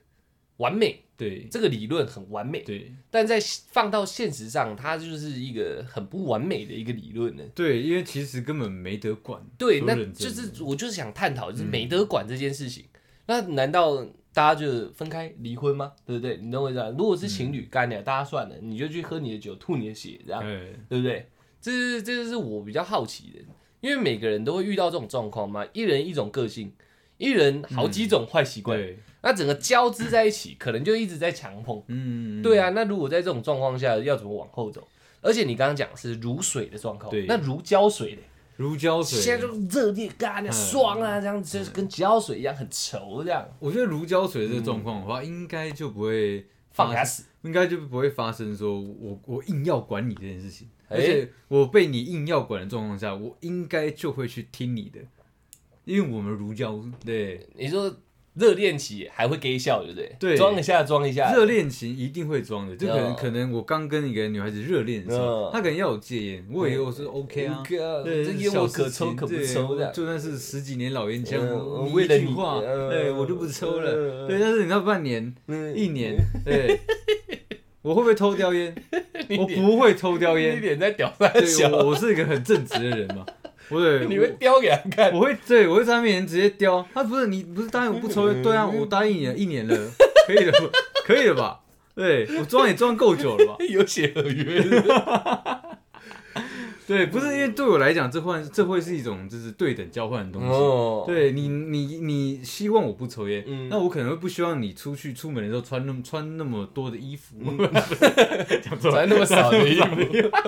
[SPEAKER 1] 完美，
[SPEAKER 2] 对
[SPEAKER 1] 这个理论很完美，
[SPEAKER 2] 对
[SPEAKER 1] 但在放到现实上，它就是一个很不完美的一个理论呢。
[SPEAKER 2] 对，因为其实根本没得管。
[SPEAKER 1] 对，
[SPEAKER 2] 说
[SPEAKER 1] 那
[SPEAKER 2] 认
[SPEAKER 1] 就
[SPEAKER 2] 真嗯
[SPEAKER 1] 是我就是想探讨，就是美德管这件事情，那难道大家就分开离婚吗？对不对？你懂我意思吧？如果是
[SPEAKER 2] 嗯
[SPEAKER 1] 情侣干的，大家算了，你就去喝你的酒，吐你的血，这样
[SPEAKER 2] 对，
[SPEAKER 1] 对不对？这是这就是我比较好奇的，因为每个人都会遇到这种状况嘛，一人一种个性，一人好几种坏习惯，
[SPEAKER 2] 嗯对，
[SPEAKER 1] 那整个交织在一起，可能就一直在强碰。
[SPEAKER 2] 嗯，
[SPEAKER 1] 对啊，那如果在这种状况下，要怎么往后走？而且你刚刚讲是如水的状况
[SPEAKER 2] 对，
[SPEAKER 1] 那如胶水嘞？
[SPEAKER 2] 如胶水。
[SPEAKER 1] 现在就热烈干啊，爽啊，这样子就是跟胶水一样很稠这样，
[SPEAKER 2] 我觉得如胶水这个状况的话，应该就不会
[SPEAKER 1] 放给他
[SPEAKER 2] 生，
[SPEAKER 1] 死。
[SPEAKER 2] 应该就不会发生说我我硬要管你这件事情，
[SPEAKER 1] 哎
[SPEAKER 2] 而且我被你硬要管的状况下，我应该就会去听你的，因为我们如胶对
[SPEAKER 1] 你说热恋期还会给笑，对不对？
[SPEAKER 2] 对
[SPEAKER 1] 装一下，装一下。
[SPEAKER 2] 热恋情一定会装的，就可能、
[SPEAKER 1] 哦
[SPEAKER 2] 可能我刚跟一个女孩子热恋的时候，
[SPEAKER 1] 嗯
[SPEAKER 2] 她可能要我戒烟，我也我是 OK 啊。
[SPEAKER 1] 哥，
[SPEAKER 2] 对，
[SPEAKER 1] 这
[SPEAKER 2] 是
[SPEAKER 1] 烟
[SPEAKER 2] 小
[SPEAKER 1] 我
[SPEAKER 2] 事
[SPEAKER 1] 可抽
[SPEAKER 2] 情
[SPEAKER 1] 可不
[SPEAKER 2] 对
[SPEAKER 1] 抽的。
[SPEAKER 2] 就算是十几年老烟枪，
[SPEAKER 1] 嗯
[SPEAKER 2] 我
[SPEAKER 1] 我
[SPEAKER 2] 你
[SPEAKER 1] 为
[SPEAKER 2] 一
[SPEAKER 1] 了
[SPEAKER 2] 句
[SPEAKER 1] 你
[SPEAKER 2] 话，
[SPEAKER 1] 嗯
[SPEAKER 2] 对我就不
[SPEAKER 1] 嗯
[SPEAKER 2] 抽
[SPEAKER 1] 嗯
[SPEAKER 2] 了。对，但是你那半年、一年，
[SPEAKER 1] [laughs]
[SPEAKER 2] 对，我会不会偷叼烟？我不会偷叼
[SPEAKER 1] 你
[SPEAKER 2] 烟，
[SPEAKER 1] 脸在屌上
[SPEAKER 2] 对，
[SPEAKER 1] 笑，
[SPEAKER 2] 我我是一个很正直的人
[SPEAKER 1] [laughs]
[SPEAKER 2] 嘛。我对，
[SPEAKER 1] 你会叼给他看。
[SPEAKER 2] 我我会对，我会在他面前直接叼。他不是你不是答应我不抽
[SPEAKER 1] 嗯
[SPEAKER 2] 烟？对啊，我答应你了一年了，可以了吧， [laughs] 可以了吧？对我装也装够久了吧？
[SPEAKER 1] 有血合约是不是
[SPEAKER 2] 对，不是因为对我来讲，这换这会是一种就是对等交换的东
[SPEAKER 1] [laughs]
[SPEAKER 2] 西。
[SPEAKER 1] 哦，
[SPEAKER 2] 对你，你你希望我不抽烟，
[SPEAKER 1] 嗯
[SPEAKER 2] 那我可能会不希望你出去出门的时候穿那么穿那么嗯 [laughs] 多的衣服，讲错了
[SPEAKER 1] [laughs] 穿那么少的衣服
[SPEAKER 2] 穿那么少的衣服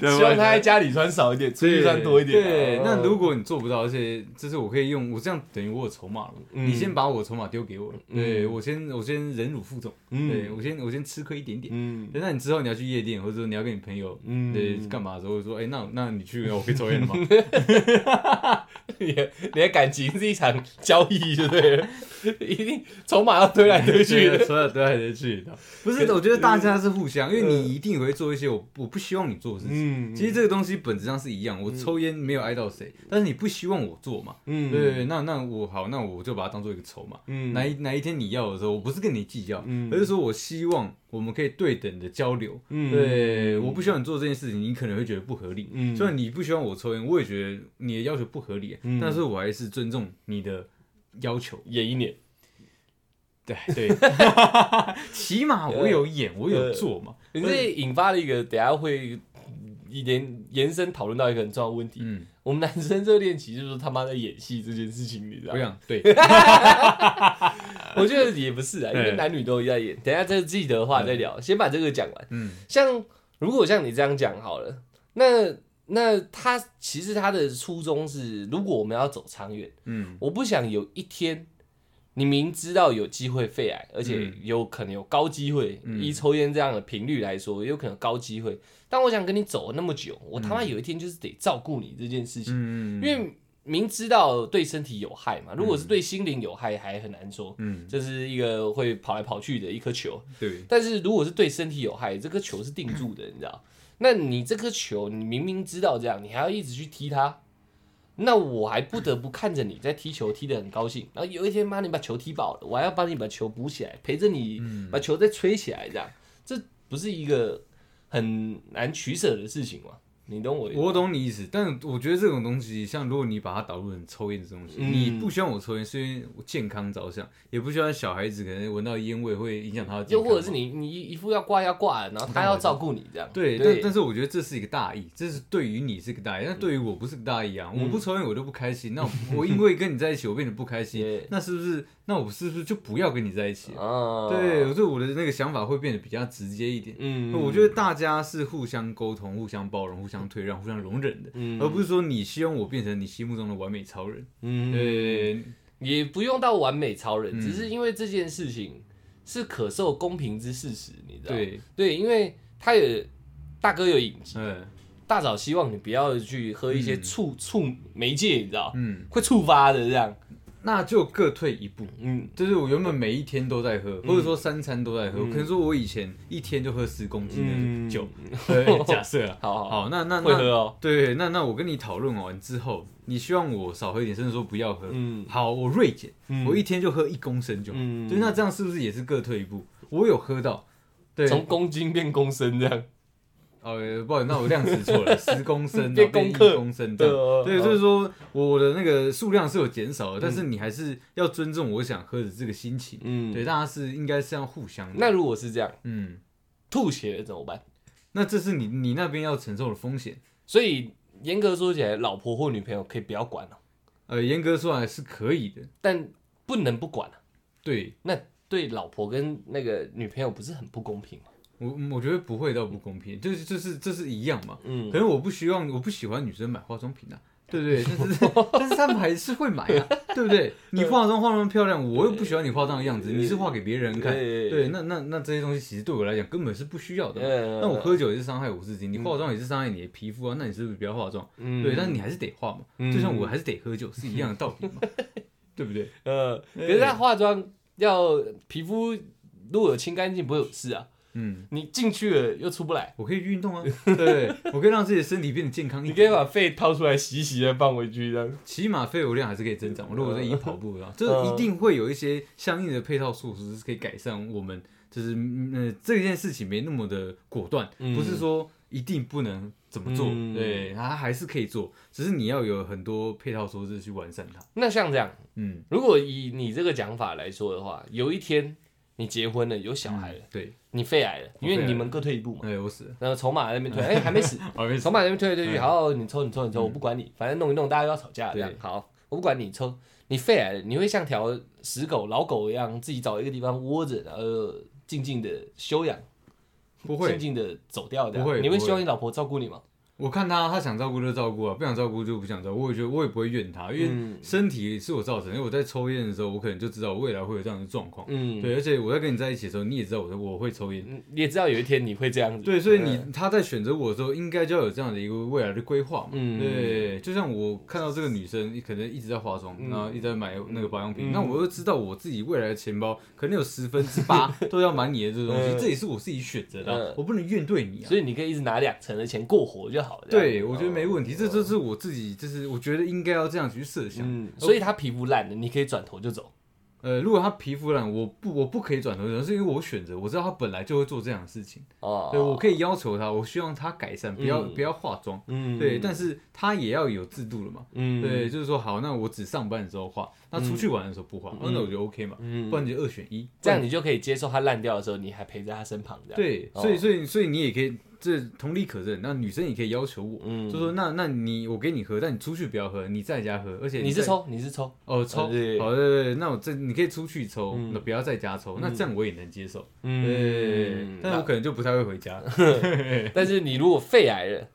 [SPEAKER 1] 希望他在家里穿少一点，出去穿多一点啊。
[SPEAKER 2] 对，那如
[SPEAKER 1] 果
[SPEAKER 2] 果你做不到，而且就是我可以用我这样等于我有筹码了，
[SPEAKER 1] 嗯
[SPEAKER 2] 你先把我筹码丢给我了，
[SPEAKER 1] 嗯
[SPEAKER 2] 对我先我先忍辱负重，对
[SPEAKER 1] 嗯
[SPEAKER 2] 我先我先吃亏一点点。
[SPEAKER 1] 嗯
[SPEAKER 2] 对那你之后你要去夜店，或者说你要跟你朋友。
[SPEAKER 1] 嗯
[SPEAKER 2] 对，干嘛的时候会说，哎、那那你 [laughs] 去，我可以抽烟了吗？
[SPEAKER 1] [laughs] 你的你的感情是一场交易，就对了，一定筹码要推来推去
[SPEAKER 2] [laughs]
[SPEAKER 1] 的。
[SPEAKER 2] 所有都还得去嗯的。不是，我觉得大家是互相，因为你一定会做一些我我不希望你做的事
[SPEAKER 1] 嗯
[SPEAKER 2] 情。其实这个东西本质上是一样，我抽烟没有挨到谁，但是你不希望我做嘛？
[SPEAKER 1] 嗯
[SPEAKER 2] 对，那那我好，那我就把它当做一个筹码。
[SPEAKER 1] 嗯
[SPEAKER 2] 哪一哪一天你要的时候，我不是跟你计较，
[SPEAKER 1] 嗯
[SPEAKER 2] 而是说我希望我们可以对等的交流。
[SPEAKER 1] 嗯
[SPEAKER 2] 对，我不希望你做这件事情，你可能会觉得不合理。
[SPEAKER 1] 嗯
[SPEAKER 2] 虽然你不希望我抽烟，我也觉得你的要求不合理，
[SPEAKER 1] 嗯
[SPEAKER 2] 但是我还是尊重你的要求。
[SPEAKER 1] 演一年，
[SPEAKER 2] 对对， [laughs] 起码我有
[SPEAKER 1] [laughs] 呃
[SPEAKER 2] 演，我有做嘛。
[SPEAKER 1] 你这引发了一个等一下会延延伸讨论到一个很重要的问题。
[SPEAKER 2] 嗯，
[SPEAKER 1] 我们男生热恋期就是他妈在演戏这件事情，你知道
[SPEAKER 2] 我
[SPEAKER 1] 吗？
[SPEAKER 2] 想对，
[SPEAKER 1] 我觉得也不是啊，因
[SPEAKER 2] 对
[SPEAKER 1] 为男女都一样演。等一下这记得的话再聊，先把这个讲完。
[SPEAKER 2] 嗯
[SPEAKER 1] 像如果像你这样讲好了，那那他其实他的初衷是，如果我们要走长远，
[SPEAKER 2] 嗯
[SPEAKER 1] 我不想有一天你明知道有机会肺癌，而且有可能有高机会，
[SPEAKER 2] 嗯
[SPEAKER 1] 以抽烟这样的频率来说，有可能高机会，但我想跟你走那么久，我他妈有一天就是得照顾你这件事情，
[SPEAKER 2] 嗯，
[SPEAKER 1] 因为明知道对身体有害嘛，如果是对心灵有害还很难说。
[SPEAKER 2] 嗯
[SPEAKER 1] 这是一个会跑来跑去的一颗球，
[SPEAKER 2] 对，
[SPEAKER 1] 但是如果是对身体有害，这颗球是定住的，你知道？那你这颗球，你明明知道这样，你还要一直去踢它，那我还不得不看着你在踢球，踢得很高兴。然后有一天，妈，你把球踢爆了，我还要帮你把球补起来，陪着你
[SPEAKER 2] 嗯
[SPEAKER 1] 把球再吹起来，这样，这不是一个很难取舍的事情吗？你懂我？
[SPEAKER 2] 我懂你意思，但我觉得这种东西，像如果你把它导入成抽烟这种东西，
[SPEAKER 1] 嗯
[SPEAKER 2] 你不希望我抽烟，是因为我健康着想，也不希望小孩子可能闻到烟味会影响他的健
[SPEAKER 1] 又
[SPEAKER 2] 康嘛。
[SPEAKER 1] 或者是你你一副要挂要挂，然后他要照顾你这样。
[SPEAKER 2] 对，但
[SPEAKER 1] 对，
[SPEAKER 2] 但是我觉得这是一个大义，这是对于你是个大义，但对于我不是个大义啊！我
[SPEAKER 1] 嗯
[SPEAKER 2] 不抽烟我就不开心，那我我因为跟你在一起我变得不开心
[SPEAKER 1] 对，
[SPEAKER 2] 那是不是？那我是不是就不要跟你在一起？
[SPEAKER 1] 啊，
[SPEAKER 2] 对，所以我的那个想法会变得比较直接一点。
[SPEAKER 1] 嗯，
[SPEAKER 2] 呃我觉得大家是互相沟通、互相包容、互相退让、互相容忍的，
[SPEAKER 1] 嗯
[SPEAKER 2] 而不是说你希望我变成你心目中的完美超人。
[SPEAKER 1] 嗯
[SPEAKER 2] 对，
[SPEAKER 1] 也不用到完美超人，
[SPEAKER 2] 嗯
[SPEAKER 1] 只是因为这件事情是可受公平之事实，你知道吗？
[SPEAKER 2] 对，
[SPEAKER 1] 对，因为他也大哥有瘾，
[SPEAKER 2] 嗯
[SPEAKER 1] 大嫂希望你不要去喝一些触触媒介，你知道，
[SPEAKER 2] 嗯，
[SPEAKER 1] 会触发的这样。
[SPEAKER 2] 那就各退一步。
[SPEAKER 1] 嗯
[SPEAKER 2] 就是我原本每一天都在喝，或者说三餐都在喝，
[SPEAKER 1] 嗯
[SPEAKER 2] 可能说我以前一天就喝十公斤的
[SPEAKER 1] 嗯， [laughs]
[SPEAKER 2] 酒，对，假设啊，
[SPEAKER 1] 好好
[SPEAKER 2] 好，那那
[SPEAKER 1] 会
[SPEAKER 2] 那
[SPEAKER 1] 喝哦。
[SPEAKER 2] 对，那那我跟你讨论完之后，你希望我少喝一点，甚至说不要喝，
[SPEAKER 1] 嗯
[SPEAKER 2] 好，我锐减，
[SPEAKER 1] 嗯
[SPEAKER 2] 我一天就喝一公升酒，
[SPEAKER 1] 嗯
[SPEAKER 2] 对，那这样是不是也是各退一步？我有喝到，对，
[SPEAKER 1] 从公斤变公升这样。
[SPEAKER 2] 呃，不好意思，那我量词错
[SPEAKER 1] [laughs]
[SPEAKER 2] 了，十公升啊，
[SPEAKER 1] 变
[SPEAKER 2] 变
[SPEAKER 1] 公
[SPEAKER 2] 一
[SPEAKER 1] 克
[SPEAKER 2] 公升这样
[SPEAKER 1] 对哦
[SPEAKER 2] 对，
[SPEAKER 1] 哦
[SPEAKER 2] 就是说我的那个数量是有减少的，但是你还是要尊重我想喝的这个心情。
[SPEAKER 1] 嗯，
[SPEAKER 2] 对，。大家是应该是要互相的。
[SPEAKER 1] 那如果是这样，
[SPEAKER 2] 嗯，
[SPEAKER 1] 吐血了怎么办？
[SPEAKER 2] 那这是你你那边要承受的风险。
[SPEAKER 1] 所以严格说起来，老婆或女朋友可以不要管了、哦
[SPEAKER 2] 呃，严格说来是可以的，
[SPEAKER 1] 但不能不管啊。
[SPEAKER 2] 对
[SPEAKER 1] 那对老婆跟那个女朋友不是很不公平吗？
[SPEAKER 2] 我我觉得不会到不公平，就是就是这是一样嘛。
[SPEAKER 1] 嗯
[SPEAKER 2] 可能我不希望我不喜欢女生买化妆品
[SPEAKER 1] [laughs]
[SPEAKER 2] 啊，对不对？但是 [laughs] 但是他们还是会买啊，对不
[SPEAKER 1] 嗯
[SPEAKER 2] 对？你化妆化那么漂亮，我又不喜欢你化妆的样子，你是画给别人看，
[SPEAKER 1] 对
[SPEAKER 2] 对，那那那这些东西其实对我来讲根本是不需要的嘛。
[SPEAKER 1] 嗯
[SPEAKER 2] 那我喝酒也是伤害我自己，你化妆也是伤害你的皮肤啊，那你是不是不要化妆？
[SPEAKER 1] 嗯
[SPEAKER 2] 对，但是你还是得化嘛，就像我还是得喝酒是一样的道理嘛，对不对？
[SPEAKER 1] 呃，可是他化妆要皮肤如果有清干净不会有事啊， [laughs]
[SPEAKER 2] 嗯，
[SPEAKER 1] 你进去了又出不来，
[SPEAKER 2] 我可以运动啊，对，我可以让自己的身体变得健康一
[SPEAKER 1] 你可以
[SPEAKER 2] 点，
[SPEAKER 1] 把肺掏出来洗洗再放回去这样。
[SPEAKER 2] 起码肺活量还是可以增长。
[SPEAKER 1] 嗯
[SPEAKER 2] 如果是以跑步的话，就是一定会有一些相应的配套措施是可以改善我们，就是嗯呃这件事情没那么的果断，
[SPEAKER 1] 嗯
[SPEAKER 2] 不是说一定不能怎么做，
[SPEAKER 1] 嗯
[SPEAKER 2] 对，它还是可以做，只是你要有很多配套措施去完善它。
[SPEAKER 1] 那像这样，
[SPEAKER 2] 嗯，
[SPEAKER 1] 如果以你这个讲法来说的话，有一天你结婚了，有小孩了，
[SPEAKER 2] 对，
[SPEAKER 1] 你肺癌了，因
[SPEAKER 2] 肺癌
[SPEAKER 1] 为你
[SPEAKER 2] 了
[SPEAKER 1] 们各退一步嘛，
[SPEAKER 2] 哎、我死了，
[SPEAKER 1] 然后筹码在那边退，哎，还没死，
[SPEAKER 2] 我 [laughs] 没
[SPEAKER 1] 筹码那边推来推去，好，你抽你抽你抽，我不管你，反正弄一弄，大家又要吵架这样
[SPEAKER 2] 嗯对。
[SPEAKER 1] 好，我不管你抽，你肺癌了，你会像条死狗、老狗一样，自己找一个地方窝着，然后静静的休养，
[SPEAKER 2] 不会
[SPEAKER 1] 静静的走掉的啊？
[SPEAKER 2] 不会
[SPEAKER 1] 你会
[SPEAKER 2] 不会
[SPEAKER 1] 希望你老婆照顾你吗？
[SPEAKER 2] 我看他，他想照顾就照顾啊，不想照顾就不想照顾。我也觉得我也不会怨他，因为
[SPEAKER 1] 嗯
[SPEAKER 2] 身体是我造成的。因为我在抽烟的时候，我可能就知道我未来会有这样的状况。
[SPEAKER 1] 嗯，
[SPEAKER 2] 对，而且我在跟你在一起的时候，你也知道我在我会抽烟。
[SPEAKER 1] 嗯，哎你也知道有一天你会这样子。
[SPEAKER 2] 对，所以你他在选择我的时候，应该就要有这样的一个未来的规划嘛。
[SPEAKER 1] 嗯
[SPEAKER 2] 对，就像我看到这个女生可能一直在化妆，然后一直在买那个保养
[SPEAKER 1] 嗯
[SPEAKER 2] 品，那我就知道我自己未来的钱包可能有十分
[SPEAKER 1] [laughs]
[SPEAKER 2] 之八都要买你的这个东西，
[SPEAKER 1] 嗯
[SPEAKER 2] 这也是我自己选择的啊、
[SPEAKER 1] 嗯
[SPEAKER 2] 我不能怨对你啊。
[SPEAKER 1] 所以哦你可以一直拿两成的钱过活就好了。这
[SPEAKER 2] 对，
[SPEAKER 1] 样
[SPEAKER 2] 我觉得没问题，这就是我自己，就是我觉得应该要这样去设想。
[SPEAKER 1] 嗯，所以他皮肤烂了，你可以转头就走。
[SPEAKER 2] 呃，如果他皮肤烂，我不我不可以转头人，是因为我选择，我知道他本来就会做这样的事情，
[SPEAKER 1] 哦，
[SPEAKER 2] 对我可以要求他，我希望他改善，不要、
[SPEAKER 1] 嗯
[SPEAKER 2] 不要化妆，
[SPEAKER 1] 嗯，
[SPEAKER 2] 对，但是他也要有制度了嘛，
[SPEAKER 1] 嗯，
[SPEAKER 2] 对，就是说好，那我只上班的时候化，那出去玩的时候不化，哦那我就 OK 嘛，
[SPEAKER 1] 嗯
[SPEAKER 2] 不然就二选一，
[SPEAKER 1] 这样你就可以接受他烂掉的时候，你还陪在他身旁，这样。
[SPEAKER 2] 对，
[SPEAKER 1] 哦
[SPEAKER 2] 所以所以所以你也可以，这同理可证，那女生也可以要求我，
[SPEAKER 1] 嗯
[SPEAKER 2] 就说那那你我给你喝，但你出去不要喝，你在家喝，而且
[SPEAKER 1] 你
[SPEAKER 2] 在
[SPEAKER 1] 是抽，你是抽，
[SPEAKER 2] 哦，抽，好，对
[SPEAKER 1] 对
[SPEAKER 2] 对对，那我这你可以出去抽，
[SPEAKER 1] 嗯
[SPEAKER 2] 那不要在家抽，那这样我也能接受，对
[SPEAKER 1] 嗯，，
[SPEAKER 2] 但我可能就不太会
[SPEAKER 1] [laughs]
[SPEAKER 2] 回家，
[SPEAKER 1] 那但是你如果肺癌了，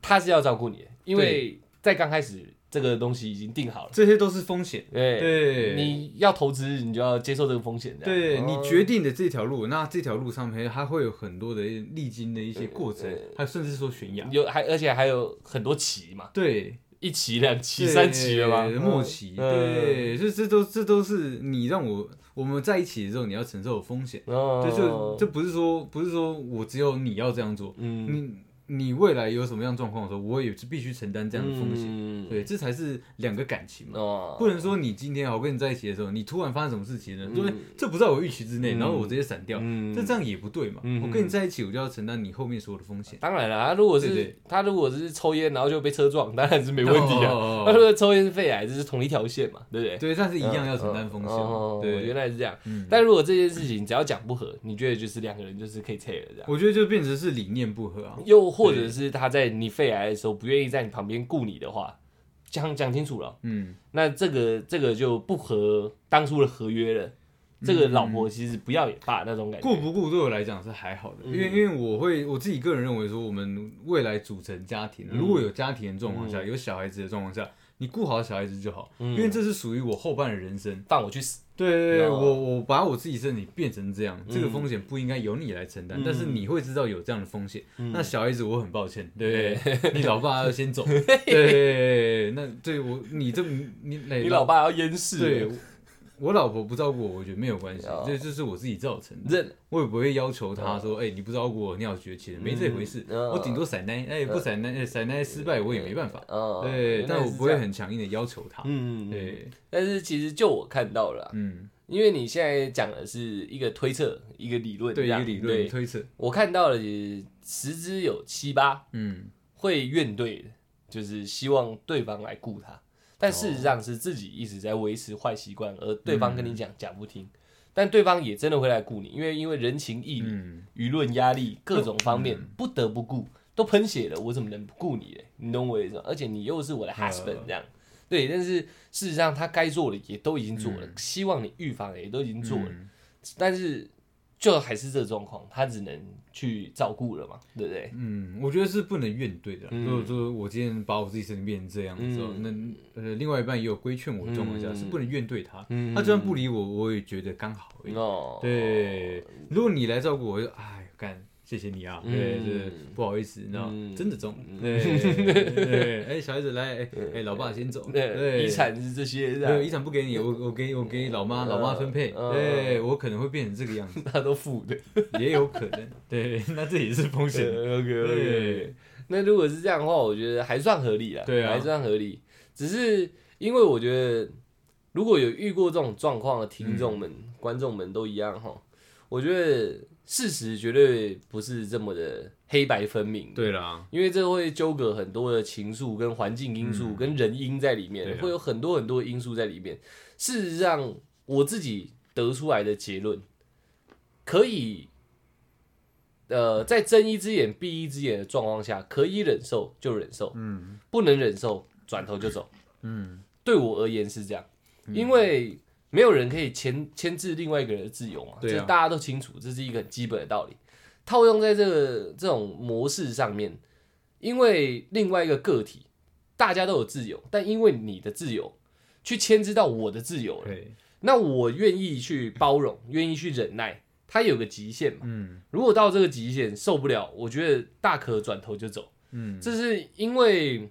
[SPEAKER 1] 他是要照顾你的，因为在刚开始这个东西已经定好了，
[SPEAKER 2] 这些都是风险，
[SPEAKER 1] 对，
[SPEAKER 2] 对，
[SPEAKER 1] 你要投资，你就要接受这个风险，这样
[SPEAKER 2] 对你
[SPEAKER 1] 哦
[SPEAKER 2] 决定的这条路，那这条路上面它会有很多的历经的一些过程，还甚至说悬崖，
[SPEAKER 1] 有还而且还有很多期嘛，
[SPEAKER 2] 对，
[SPEAKER 1] 一期、两期、
[SPEAKER 2] 对
[SPEAKER 1] 三期了吧？
[SPEAKER 2] 末期，
[SPEAKER 1] 嗯
[SPEAKER 2] 对，这这都这都是你让我我们在一起的时候你要承受的风险，
[SPEAKER 1] 哦，
[SPEAKER 2] 这就这不是说不是说我只有你要这样做，
[SPEAKER 1] 嗯，
[SPEAKER 2] 你你未来有什么样状况的时候，我也是必须承担这样的风险。
[SPEAKER 1] 险，
[SPEAKER 2] 对，这才是两个感情嘛。
[SPEAKER 1] 嗯哦，
[SPEAKER 2] 不能说你今天啊，我跟你在一起的时候，你突然发生什么事情了，
[SPEAKER 1] 嗯
[SPEAKER 2] 对不对，这不在我预期之内，
[SPEAKER 1] 嗯
[SPEAKER 2] 然后我直接闪掉，
[SPEAKER 1] 嗯
[SPEAKER 2] 哦这这样也不对嘛。
[SPEAKER 1] 嗯
[SPEAKER 2] 我跟你在一起，我就要承担你后面所有的风险。
[SPEAKER 1] 当然啦，他如果是
[SPEAKER 2] 对对
[SPEAKER 1] 他如果是抽烟，然后就被车撞，当然是没问题啊。
[SPEAKER 2] 哦
[SPEAKER 1] 他 [laughs] 如果抽烟是肺癌，这是同一条线嘛，对不对？
[SPEAKER 2] 对，但是一样要承担风险
[SPEAKER 1] 嗯哦
[SPEAKER 2] 嘛。
[SPEAKER 1] 原
[SPEAKER 2] 对，
[SPEAKER 1] 来是这样。
[SPEAKER 2] 嗯
[SPEAKER 1] 但如果这件事情只要讲不合，你觉得就是两个人就是可以拆了这样，
[SPEAKER 2] 我觉得就变成是理念不合啊。
[SPEAKER 1] 又或者是他在你肺癌的时候不愿意在你旁边顾你的话，讲讲清楚了，
[SPEAKER 2] 嗯，
[SPEAKER 1] 那这个这个就不合当初的合约了。这个老婆其实不要也罢，那种感觉。
[SPEAKER 2] 顾不顾对我来讲是还好
[SPEAKER 1] 嗯
[SPEAKER 2] 的，因为因为我会我自己个人认为说，我们未来组成家庭，
[SPEAKER 1] 嗯
[SPEAKER 2] 如果有家庭的状况下，有小孩子的状况下，你顾好小孩子就好，
[SPEAKER 1] 嗯
[SPEAKER 2] 因为这是属于我后半的人生。
[SPEAKER 1] 放我去死。
[SPEAKER 2] 对对对，
[SPEAKER 1] 然后
[SPEAKER 2] 我我把我自己身体变成这样，
[SPEAKER 1] 嗯
[SPEAKER 2] 这个风险不应该由你来承担，但是你会知道有这样的风险。
[SPEAKER 1] 嗯
[SPEAKER 2] 那小孩子我很抱歉，对不对？你老爸要
[SPEAKER 1] [laughs]
[SPEAKER 2] 先走，对对对对，对那对我你这你
[SPEAKER 1] 你
[SPEAKER 2] 你
[SPEAKER 1] 老爸要淹死。
[SPEAKER 2] 对，我我老婆不照顾我，我觉得没有关系
[SPEAKER 1] 哦，
[SPEAKER 2] 这这是我自己造成的。
[SPEAKER 1] 认了
[SPEAKER 2] 我也不会要求他说，哎，你不照顾我，你要学钱，没这回事。
[SPEAKER 1] 嗯嗯
[SPEAKER 2] 我顶多甩奶，哎，不甩奶，哎甩奶失败我也没办法。
[SPEAKER 1] 哦，
[SPEAKER 2] 对，
[SPEAKER 1] 原来
[SPEAKER 2] 但我
[SPEAKER 1] 是
[SPEAKER 2] 不
[SPEAKER 1] 这
[SPEAKER 2] 会
[SPEAKER 1] 样。
[SPEAKER 2] 很强硬的要求他。
[SPEAKER 1] 嗯，嗯。嗯
[SPEAKER 2] 对，
[SPEAKER 1] 但是其实就我看到了啊、
[SPEAKER 2] 嗯，
[SPEAKER 1] 因为你现在讲的是一个推测，一个理论这
[SPEAKER 2] 对，一
[SPEAKER 1] 样，
[SPEAKER 2] 个理论
[SPEAKER 1] 对
[SPEAKER 2] 推测，
[SPEAKER 1] 我看到了呃十之有七八
[SPEAKER 2] 嗯。
[SPEAKER 1] 会怨对的，就是希望对方来顾他，但事实
[SPEAKER 2] 哦
[SPEAKER 1] 上是自己一直在维持坏习惯，而对方跟你
[SPEAKER 2] 嗯
[SPEAKER 1] 讲讲不听，但对方也真的会来顾你，因为因为人情义理、
[SPEAKER 2] 嗯，
[SPEAKER 1] 舆论压力各种方面不得不顾，都喷血了，我怎么能不顾你嘞？你懂我意思吗？而且你又是我的
[SPEAKER 2] 呃
[SPEAKER 1] husband 这样。对，但是事实上他该做的也都已经做了，希望你预防的也都已经做了，
[SPEAKER 2] 嗯
[SPEAKER 1] 但是就还是这个状况，他只能去照顾了嘛，对不对？
[SPEAKER 2] 嗯，我觉得是不能怨对的啦。
[SPEAKER 1] 嗯
[SPEAKER 2] 如果说我今天把我自己身体变成这样的时候，那呃，另外一半也有规劝我的状况下，
[SPEAKER 1] 嗯
[SPEAKER 2] 是不能怨对他。
[SPEAKER 1] 嗯
[SPEAKER 2] 他就算不理我，我也觉得刚好而已。
[SPEAKER 1] 哦，，
[SPEAKER 2] 对，如果你来照顾我，我就哎，干，谢谢你啊，
[SPEAKER 1] 嗯
[SPEAKER 2] 对对，不好意思，你知道，
[SPEAKER 1] 嗯嗯
[SPEAKER 2] 真的中，对对对， [laughs] 哎，小孩子来，哎哎，老爸先走，
[SPEAKER 1] 对，
[SPEAKER 2] 对，
[SPEAKER 1] 遗产是这些，这
[SPEAKER 2] 对，
[SPEAKER 1] 样
[SPEAKER 2] 遗产不给你，我我给我给老妈，老妈分配，
[SPEAKER 1] 嗯
[SPEAKER 2] 对我可能会变成这个样子，
[SPEAKER 1] 他都付的。
[SPEAKER 2] 也有可能，对， [laughs] 那这也是风险的。
[SPEAKER 1] [laughs] OK
[SPEAKER 2] 对
[SPEAKER 1] OK。那如果是这样的话，我觉得还算合理啦，
[SPEAKER 2] 对啊
[SPEAKER 1] 还算合理。只是因为我觉得，如果有遇过这种状况的听众们、
[SPEAKER 2] 嗯
[SPEAKER 1] 观众们都一样哈，我觉得事实绝对不是这么的黑白分明的。
[SPEAKER 2] 对啦，
[SPEAKER 1] 因为这会纠葛很多的情愫、跟环境因素、跟人因在里面，
[SPEAKER 2] 嗯对啊
[SPEAKER 1] 会有很多很多的因素在里面。事实上，我自己得出来的结论，可以，呃，在睁一只眼闭一只眼的状况下，可以忍受就忍受，
[SPEAKER 2] 嗯
[SPEAKER 1] 不能忍受转头就走。
[SPEAKER 2] 嗯，
[SPEAKER 1] 对我而言是这样，因为没有人可以牵牵制另外一个人的自由嘛，
[SPEAKER 2] 对啊
[SPEAKER 1] 这大家都清楚，这是一个很基本的道理。套用在这个这种模式上面，因为另外一个个体，大家都有自由，但因为你的自由去牵制到我的自由了，
[SPEAKER 2] 对，
[SPEAKER 1] 那我愿意去包容，愿意去忍耐，它有个极限嘛。
[SPEAKER 2] 嗯
[SPEAKER 1] 如果到这个极限受不了，我觉得大可转头就走。
[SPEAKER 2] 嗯，
[SPEAKER 1] 这是因为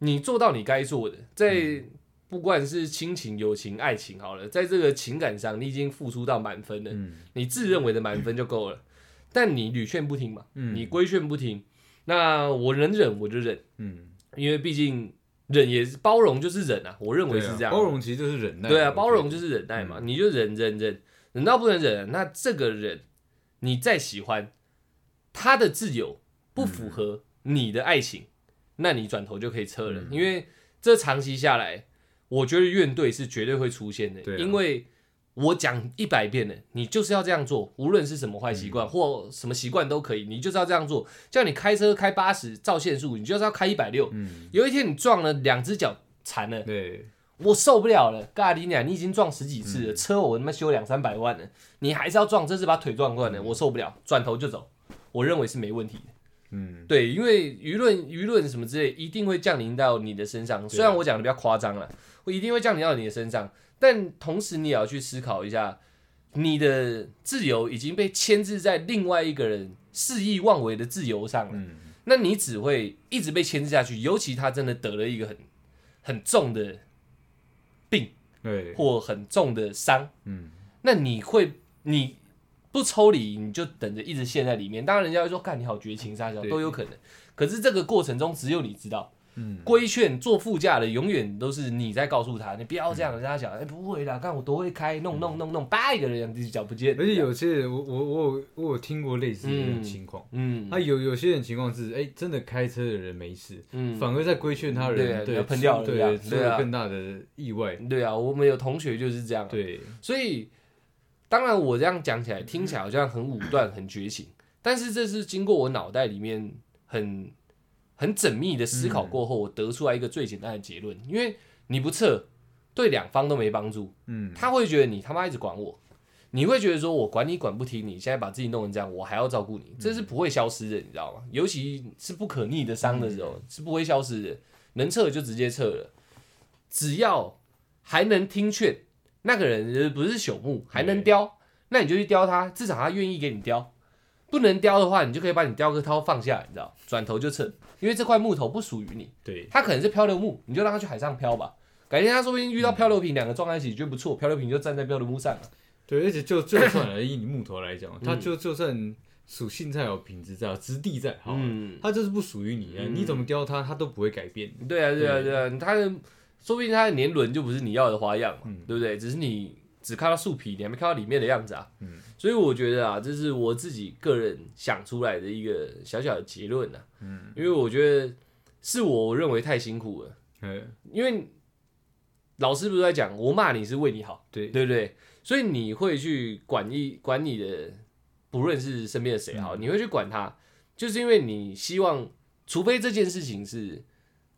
[SPEAKER 1] 你做到你该做的，在不管是亲情、友情、爱情，好了，在这个情感上，你已经付出到满分了，
[SPEAKER 2] 嗯
[SPEAKER 1] 你自认为的满分就够了。但你屡劝不听嘛，
[SPEAKER 2] 嗯
[SPEAKER 1] 你规劝不听，那我能忍我就忍，
[SPEAKER 2] 嗯，
[SPEAKER 1] 因为毕竟忍也是包容，就是忍啊，我认为
[SPEAKER 2] 对
[SPEAKER 1] 是
[SPEAKER 2] 啊
[SPEAKER 1] 这样。
[SPEAKER 2] 包容其实就是忍耐，
[SPEAKER 1] 对啊，
[SPEAKER 2] 我觉得嗯
[SPEAKER 1] 包容就是忍耐嘛，你就忍忍忍，忍到不能忍，那这个人你再喜欢，他的自由不符合你的爱情，那你转头就可以撤了，
[SPEAKER 2] 嗯
[SPEAKER 1] 因为这长期下来，我觉得怨怼是绝对会出现的，
[SPEAKER 2] 对啊
[SPEAKER 1] 因为。我讲一百遍了，你就是要这样做，无论是什么坏习
[SPEAKER 2] 嗯
[SPEAKER 1] 惯、或什么习惯都可以，你就是要这样做。叫你开车开八十照限速，你就是要开一百六。
[SPEAKER 2] 嗯，
[SPEAKER 1] 有一天你撞了，两只脚残了，
[SPEAKER 2] 对，
[SPEAKER 1] 我受不了了，尬你娘！你已经撞十几次了，车我他妈修两三百万了，你还是要撞，这是把腿撞断了，我受不了，转头就走。我认为是没问题的，
[SPEAKER 2] 嗯
[SPEAKER 1] 对，因为舆论舆论什么之类，一定会降临到你的身上。虽然我讲的比较夸张了，我一定会降临到你的身上，但同时你也要去思考一下，你的自由已经被牵制在另外一个人肆意妄为的自由上了。
[SPEAKER 2] 嗯
[SPEAKER 1] 那你只会一直被牵制下去，尤其他真的得了一个很很重的
[SPEAKER 2] 对，
[SPEAKER 1] 或很重的伤，
[SPEAKER 2] 嗯
[SPEAKER 1] 那你会你不抽离，你就等着一直陷在里面。当然，人家会说干你好绝情杀小
[SPEAKER 2] 对
[SPEAKER 1] 都有可能，可是这个过程中只有你知道。
[SPEAKER 2] 嗯
[SPEAKER 1] 规劝坐副驾的永远都是你在告诉他，你不要这样，人家讲，哎、不会啦，看我多会开，弄弄弄弄，叭一个人这脚不见了，
[SPEAKER 2] 嗯而且有些人，我我我有我有听过类似的那种
[SPEAKER 1] 嗯
[SPEAKER 2] 情况，
[SPEAKER 1] 嗯
[SPEAKER 2] 啊，有有些人情况是，哎、真的开车的人没事，
[SPEAKER 1] 嗯，
[SPEAKER 2] 反而在规劝他
[SPEAKER 1] 对啊
[SPEAKER 2] 人，对，
[SPEAKER 1] 要喷掉了
[SPEAKER 2] 出
[SPEAKER 1] 这样
[SPEAKER 2] 对，出
[SPEAKER 1] 对啊
[SPEAKER 2] 了更大的意外，
[SPEAKER 1] 对啊，我们有同学就是这样、啊，
[SPEAKER 2] 对，
[SPEAKER 1] 所以，当然我这样讲起来，听起来好像很武断、很绝情，但是这是经过我脑袋里面很很缜密的思考过后，我得出来一个最简单的结论，因为你不撤，对两方都没帮助。
[SPEAKER 2] 嗯，
[SPEAKER 1] 他会觉得你他妈一直管我，你会觉得说我管你管不听你，现在把自己弄成这样，我还要照顾你，这是不会消失的，你知道吗？尤其是不可逆的伤的时候，是不会消失的，能撤就直接撤了，只要还能听劝，那个人不是朽木，还能雕，那你就去雕他，至少他愿意给你雕。不能雕的话，你就可以把你雕刻刀放下，你知道，转头就撤，因为这块木头不属于你。
[SPEAKER 2] 对，
[SPEAKER 1] 他可能是漂流木，你就让他去海上漂吧。改天他说不定遇到漂流瓶，两个撞在一起，觉得不错，漂流瓶就站在漂流木上了。
[SPEAKER 2] 对，而且就就算而以你木头来讲，
[SPEAKER 1] 嗯
[SPEAKER 2] 它就就算属性再好，品质再好，质地再好，
[SPEAKER 1] 嗯，
[SPEAKER 2] 它就是不属于你啊，你怎么雕它，它都不会改变。
[SPEAKER 1] 对啊，对啊，对啊，他的说不定他的年轮就不是你要的花样嘛，对不对？只是你只看到树皮，你还没看到里面的样子啊。
[SPEAKER 2] 嗯
[SPEAKER 1] 所以我觉得啊，这是我自己个人想出来的一个小小的结论啊。
[SPEAKER 2] 嗯，
[SPEAKER 1] 因为我觉得是我认为太辛苦了，
[SPEAKER 2] 呃，
[SPEAKER 1] 因为老师不是在讲，我骂你是为你好。
[SPEAKER 2] 对，
[SPEAKER 1] 对不对？所以你会去管一管你的，不论是身边的谁好，你会去管他，就是因为你希望，除非这件事情是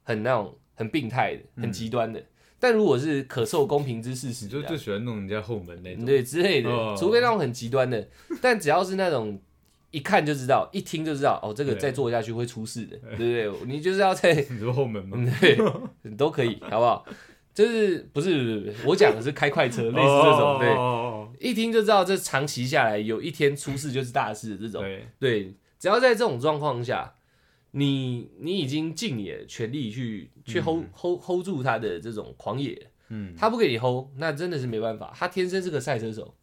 [SPEAKER 1] 很那种很病态的、很极端的，但如果是可受公平之事实
[SPEAKER 2] 你
[SPEAKER 1] 的
[SPEAKER 2] 就
[SPEAKER 1] 啊，
[SPEAKER 2] 最喜欢弄人家后门那种。
[SPEAKER 1] 对之类的，
[SPEAKER 2] 哦
[SPEAKER 1] 除非那种很极端的，但只要是那种。一看就知道，一听就知道，哦，这个
[SPEAKER 2] 对
[SPEAKER 1] 再做下去会出事的，对不对？你就是要在
[SPEAKER 2] 你说后门
[SPEAKER 1] 嗯
[SPEAKER 2] 吗？
[SPEAKER 1] 对，都可以，好不好？就是不是不是，不是我讲的是开快车，类似这种，对，
[SPEAKER 2] 种，
[SPEAKER 1] 一听就知道这长期下来有一天出事就是大事的这种。
[SPEAKER 2] 对，
[SPEAKER 1] 对，只要在这种状况下，你你已经尽你的全力去去 hold、hold hold 住他的这种狂野，
[SPEAKER 2] 嗯，
[SPEAKER 1] 他不给你 hold，那真的是没办法。他天生是个赛车手，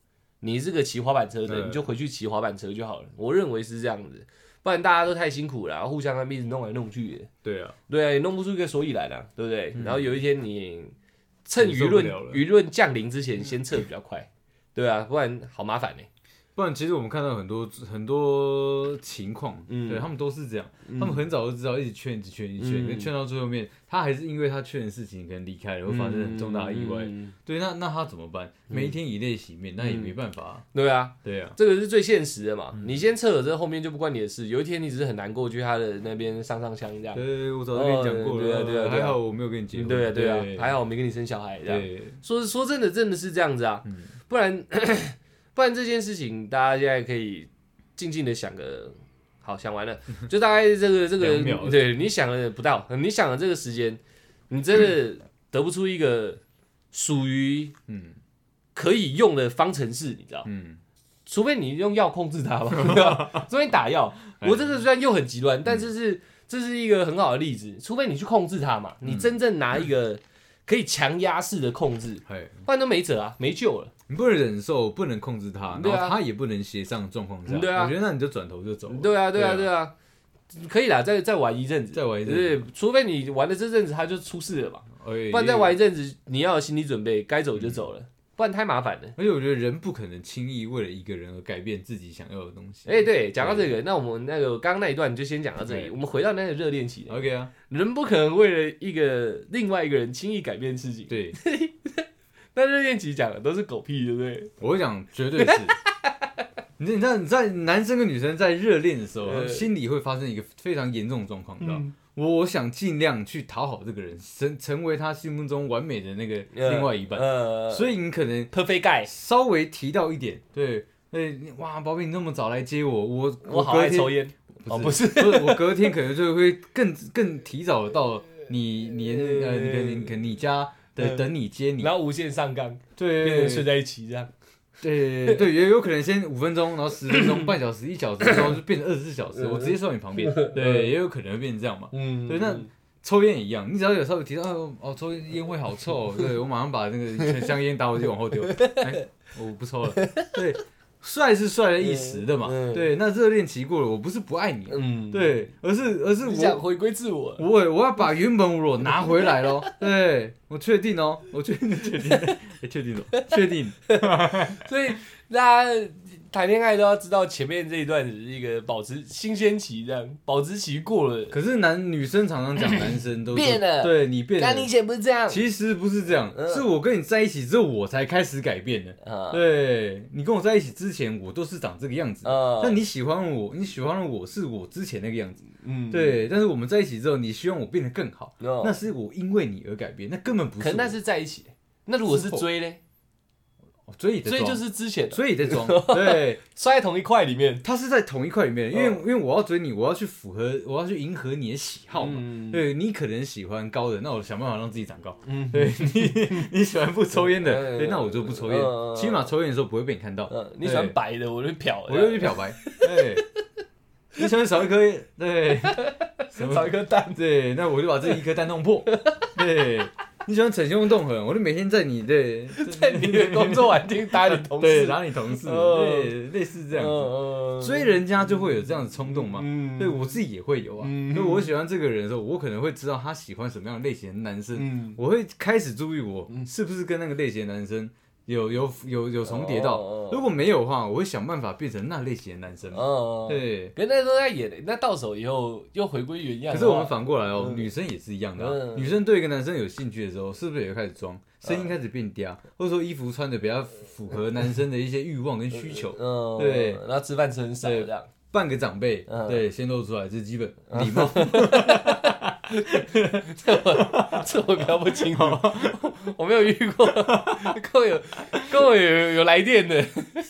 [SPEAKER 1] 你是个骑滑板车的，
[SPEAKER 2] 对
[SPEAKER 1] 你就回去骑滑板车就好了。我认为是这样子，不然大家都太辛苦了，然后互相那边一直弄来弄去的。
[SPEAKER 2] 对啊，
[SPEAKER 1] 对啊，也弄不出一个所以来啦，对不对？然后有一天你趁
[SPEAKER 2] 嗯你
[SPEAKER 1] 舆
[SPEAKER 2] 受不
[SPEAKER 1] 论
[SPEAKER 2] 了了
[SPEAKER 1] 舆论降临之前先撤比较快，对啊，不然好麻烦呢、
[SPEAKER 2] 不然其实我们看到很多很多情况，
[SPEAKER 1] 嗯
[SPEAKER 2] 对他们都是这样，他们很早就知道，一直劝，一直劝，一直
[SPEAKER 1] 嗯
[SPEAKER 2] 劝，可是劝到最后面，他还是因为他劝的事情可能离开了，会发生很重大的意外。
[SPEAKER 1] 嗯
[SPEAKER 2] 对，那那他怎么办？每一天以泪洗面，那也没办法啊、
[SPEAKER 1] 对啊，
[SPEAKER 2] 对啊，
[SPEAKER 1] 这个是最现实的
[SPEAKER 2] 嗯
[SPEAKER 1] 嘛。你先撤了，这后面就不关你的事。有一天你只是很难过，去他的那边上上香这样。
[SPEAKER 2] 对，我早就跟你讲过
[SPEAKER 1] 哦
[SPEAKER 2] 了，
[SPEAKER 1] 对啊对啊对啊
[SPEAKER 2] 还好我没有跟你
[SPEAKER 1] 嗯
[SPEAKER 2] 结婚，
[SPEAKER 1] 对啊，对啊，还
[SPEAKER 2] 好，
[SPEAKER 1] 好我没跟你生小孩这样。
[SPEAKER 2] 对，
[SPEAKER 1] 说说真 [coughs]
[SPEAKER 2] 嗯
[SPEAKER 1] 的，真的是这样子啊，不然不然这件事情大家现在可以静静的想个，好想
[SPEAKER 2] [laughs]
[SPEAKER 1] 完了，就大概这个这
[SPEAKER 2] 两秒
[SPEAKER 1] 个，对你想了不到，你想了这个时间，你真的得不出一个属于
[SPEAKER 2] 嗯
[SPEAKER 1] 可以用的方程式，你知道？
[SPEAKER 2] 嗯，
[SPEAKER 1] 除非你用药控制它吧， [laughs] 对吧除非你打药。
[SPEAKER 2] 哎
[SPEAKER 1] 我这个虽然又很极端，但这是这是一个很好的例子，除非你去控制它嘛，
[SPEAKER 2] 嗯
[SPEAKER 1] 你真正拿一个可以强压式的控制，
[SPEAKER 2] 嘿，
[SPEAKER 1] 不然都没辙啊，没救了。
[SPEAKER 2] 你不能忍受，不能控制他，然
[SPEAKER 1] 对啊
[SPEAKER 2] 后他也不能协商的状况下，
[SPEAKER 1] 对啊
[SPEAKER 2] 我觉得那你就转头就走了，
[SPEAKER 1] 对啊，对啊，
[SPEAKER 2] 对
[SPEAKER 1] 对啊，可以啦，再再玩一阵子，
[SPEAKER 2] 再玩一阵子
[SPEAKER 1] 对，除非你玩了这阵子它就出事了嘛，
[SPEAKER 2] 哎
[SPEAKER 1] 不然再玩一阵子，你要有心理准备，该走就走了，
[SPEAKER 2] 嗯
[SPEAKER 1] 不然太麻烦了。
[SPEAKER 2] 而且我觉得人不可能轻易为了一个人而改变自己想要的东西。
[SPEAKER 1] 哎、对，讲到这个，那我们那个刚刚那一段就先讲到这里，
[SPEAKER 2] 嗯对
[SPEAKER 1] 我们回到那个热恋期，
[SPEAKER 2] OK 啊，
[SPEAKER 1] 人不可能为了一个另外一个人轻易改变事情。
[SPEAKER 2] 对，
[SPEAKER 1] 那热恋期讲的都是狗屁，对不对？
[SPEAKER 2] 我讲绝对
[SPEAKER 1] [laughs]
[SPEAKER 2] 是。你知道你在男生跟女生在热恋的时候，
[SPEAKER 1] 对
[SPEAKER 2] 心里会发生一个非常严重的状况，你知道吗？
[SPEAKER 1] 呃嗯
[SPEAKER 2] 我想尽量去讨好这个人，成成为他心目中完美的那个另外一半，
[SPEAKER 1] 哦呃，
[SPEAKER 2] 所以你可能
[SPEAKER 1] perfect guy，
[SPEAKER 2] 稍微提到一点，对，对，你哇，宝贝，你那么早来接我，我
[SPEAKER 1] 我好
[SPEAKER 2] 隔
[SPEAKER 1] 爱
[SPEAKER 2] 天
[SPEAKER 1] 抽烟，哦
[SPEAKER 2] 不
[SPEAKER 1] 不
[SPEAKER 2] 是，不是，我隔天可能就会更更提早到你
[SPEAKER 1] [laughs]
[SPEAKER 2] 你呃，你可能你可能你家的
[SPEAKER 1] 呃
[SPEAKER 2] 等你接你，
[SPEAKER 1] 然后无限上纲，变
[SPEAKER 2] 对
[SPEAKER 1] 成睡在一起这样。
[SPEAKER 2] 对对，也有可能先五分钟，然后十分钟、半小时、一小时，然后就变成二十四小时，
[SPEAKER 1] 嗯
[SPEAKER 2] 我直接睡到你
[SPEAKER 1] [laughs]
[SPEAKER 2] 旁边，对，也有可能会变成这样嘛。
[SPEAKER 1] 嗯
[SPEAKER 2] 对那抽烟也一样，你只要有稍微提到哦哦，抽烟烟味
[SPEAKER 1] [laughs]
[SPEAKER 2] 好臭，对我马上把那个全香烟打火机往后丢，哎，我不抽了。对，帅是帅了一时的嘛，
[SPEAKER 1] 嗯嗯
[SPEAKER 2] 对，那热恋期过了，我不是不爱你，
[SPEAKER 1] 嗯，
[SPEAKER 2] 对，而是而是
[SPEAKER 1] 你想
[SPEAKER 2] 我
[SPEAKER 1] 回归自我，
[SPEAKER 2] 我我要把原本我拿回来
[SPEAKER 1] [laughs]
[SPEAKER 2] 咯，对我确定哦，我确定确定哎确定
[SPEAKER 1] 哦
[SPEAKER 2] 了，确定，
[SPEAKER 1] 所以大家谈恋爱都要知道前面这一段只是一个保持新鲜期，这样保质期过了，
[SPEAKER 2] 可是男女生常常讲男生都
[SPEAKER 1] [laughs]
[SPEAKER 2] 是
[SPEAKER 1] 变了
[SPEAKER 2] 对你变
[SPEAKER 1] 那
[SPEAKER 2] 了
[SPEAKER 1] 你以，前不是这样
[SPEAKER 2] 其实不是这样，
[SPEAKER 1] 嗯
[SPEAKER 2] 是我跟你在一起之后我才开始改变的。
[SPEAKER 1] 啊？
[SPEAKER 2] 对你跟我在一起之前，我都是长这个样子。
[SPEAKER 1] 嗯
[SPEAKER 2] 但你喜欢我，你喜欢的我是我之前那个样子。
[SPEAKER 1] 嗯，
[SPEAKER 2] 对，但是我们在一起之后，你希望我变得更好，
[SPEAKER 1] 哦
[SPEAKER 2] 那是我因为你而改变，那根本不是我。
[SPEAKER 1] 可能那是在一起。那如果是追嘞，
[SPEAKER 2] 哦所以你在
[SPEAKER 1] 追
[SPEAKER 2] 装，
[SPEAKER 1] 就是之前的
[SPEAKER 2] 所以你在
[SPEAKER 1] [laughs]
[SPEAKER 2] 装。对，
[SPEAKER 1] 摔在同一块里面，
[SPEAKER 2] 他是在同一块里面，因为、
[SPEAKER 1] 嗯
[SPEAKER 2] 因为我要追你，我要去符合，我要去迎合你的喜好嘛。
[SPEAKER 1] 嗯
[SPEAKER 2] 对你可能喜欢高的，那我想办法让自己长高。 [laughs]
[SPEAKER 1] 嗯，
[SPEAKER 2] 对你你喜欢不抽烟的，
[SPEAKER 1] 嗯
[SPEAKER 2] 对，那我就不抽烟，
[SPEAKER 1] 嗯嗯嗯
[SPEAKER 2] 起码抽烟的时候不会被你看到。
[SPEAKER 1] 嗯，你喜欢白的，我就漂了，
[SPEAKER 2] 我又去漂 [laughs] 白，对，哎你喜欢少一颗，对，什
[SPEAKER 1] 找
[SPEAKER 2] 么
[SPEAKER 1] 一？颗蛋，
[SPEAKER 2] 对，那我就把这一颗蛋
[SPEAKER 1] [laughs]
[SPEAKER 2] 弄破，对，你喜欢逞凶斗狠，我就每天在你的
[SPEAKER 1] 在你的工作环境打你同
[SPEAKER 2] [laughs] 对
[SPEAKER 1] 事，
[SPEAKER 2] 打你同事，
[SPEAKER 1] 哦
[SPEAKER 2] 对，类似这样子，
[SPEAKER 1] 嗯
[SPEAKER 2] 所以人家就会有这样子冲动嘛。
[SPEAKER 1] 嗯
[SPEAKER 2] 对我自己也会有啊，
[SPEAKER 1] 嗯
[SPEAKER 2] 所以我喜欢这个人的时候，我可能会知道他喜欢什么样的类型的男生，
[SPEAKER 1] 嗯，
[SPEAKER 2] 我会开始注意我是不是跟那个类型的男生有有有有重叠
[SPEAKER 1] 哦
[SPEAKER 2] 到
[SPEAKER 1] 哦，
[SPEAKER 2] 如果没有的话，我会想办法变成那类型的男生嘛。
[SPEAKER 1] 哦，
[SPEAKER 2] 嗯对，
[SPEAKER 1] 可是那都在演，那到手以后又回归原样
[SPEAKER 2] 可
[SPEAKER 1] 的话。
[SPEAKER 2] 是我们反过来哦，
[SPEAKER 1] 嗯
[SPEAKER 2] 女生也是一样的啊、
[SPEAKER 1] 嗯
[SPEAKER 2] 女生对一个男生有兴趣的时候，是不是也会开始装，声音开始变嗲，或者说衣服穿的比较符合男生的一些欲望跟需求，
[SPEAKER 1] 嗯，
[SPEAKER 2] 对
[SPEAKER 1] 然后吃饭吃很少
[SPEAKER 2] 对
[SPEAKER 1] 这样，
[SPEAKER 2] 扮个长辈，
[SPEAKER 1] 嗯
[SPEAKER 2] 对，先露出来，这是基本礼貌。
[SPEAKER 1] 这我比较不清楚， [laughs] 我没有遇过，跟我有跟我有有来电的，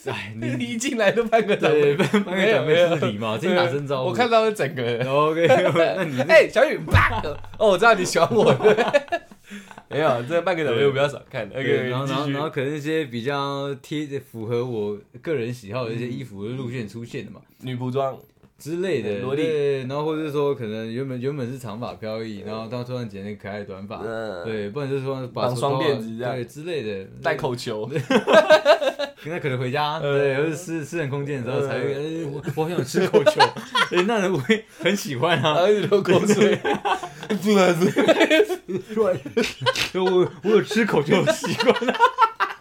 [SPEAKER 2] 哎、你
[SPEAKER 1] 一进来都半个长辈，
[SPEAKER 2] 对扮扮个长
[SPEAKER 1] 没有没
[SPEAKER 2] 辈
[SPEAKER 1] 有
[SPEAKER 2] 是礼貌，自己打声招呼。
[SPEAKER 1] 我看到了整个人。
[SPEAKER 2] OK，那你
[SPEAKER 1] [laughs] 哎、小雨，啪！哦，我知道你喜欢我 [laughs] 的。没有，这半个小时我比较少看。OK，
[SPEAKER 2] 对，然后然
[SPEAKER 1] 继
[SPEAKER 2] 后
[SPEAKER 1] 续
[SPEAKER 2] 然后可能一些比较贴符合我个人喜好的一些衣服的路线出现的嘛。
[SPEAKER 1] 女仆装，
[SPEAKER 2] 之类的，
[SPEAKER 1] 萝莉
[SPEAKER 2] 对，然后或者说可能原本原本是长发飘逸，然后到突然剪成可爱的短发，
[SPEAKER 1] 嗯
[SPEAKER 2] 对，不然就是说把
[SPEAKER 1] 绑
[SPEAKER 2] 手
[SPEAKER 1] 双
[SPEAKER 2] 套啊
[SPEAKER 1] 辫子这样
[SPEAKER 2] 对之类的，
[SPEAKER 1] 戴口球，
[SPEAKER 2] 对，那可能回家，
[SPEAKER 1] 嗯
[SPEAKER 2] 对，或者私私人空间的时候才会，
[SPEAKER 1] 嗯
[SPEAKER 2] 哎我 [laughs] 我好想吃口球，哎，那人会很喜欢
[SPEAKER 1] 然
[SPEAKER 2] 啊，
[SPEAKER 1] 后一直流口水。不然是
[SPEAKER 2] 我我有吃口球的习惯啊。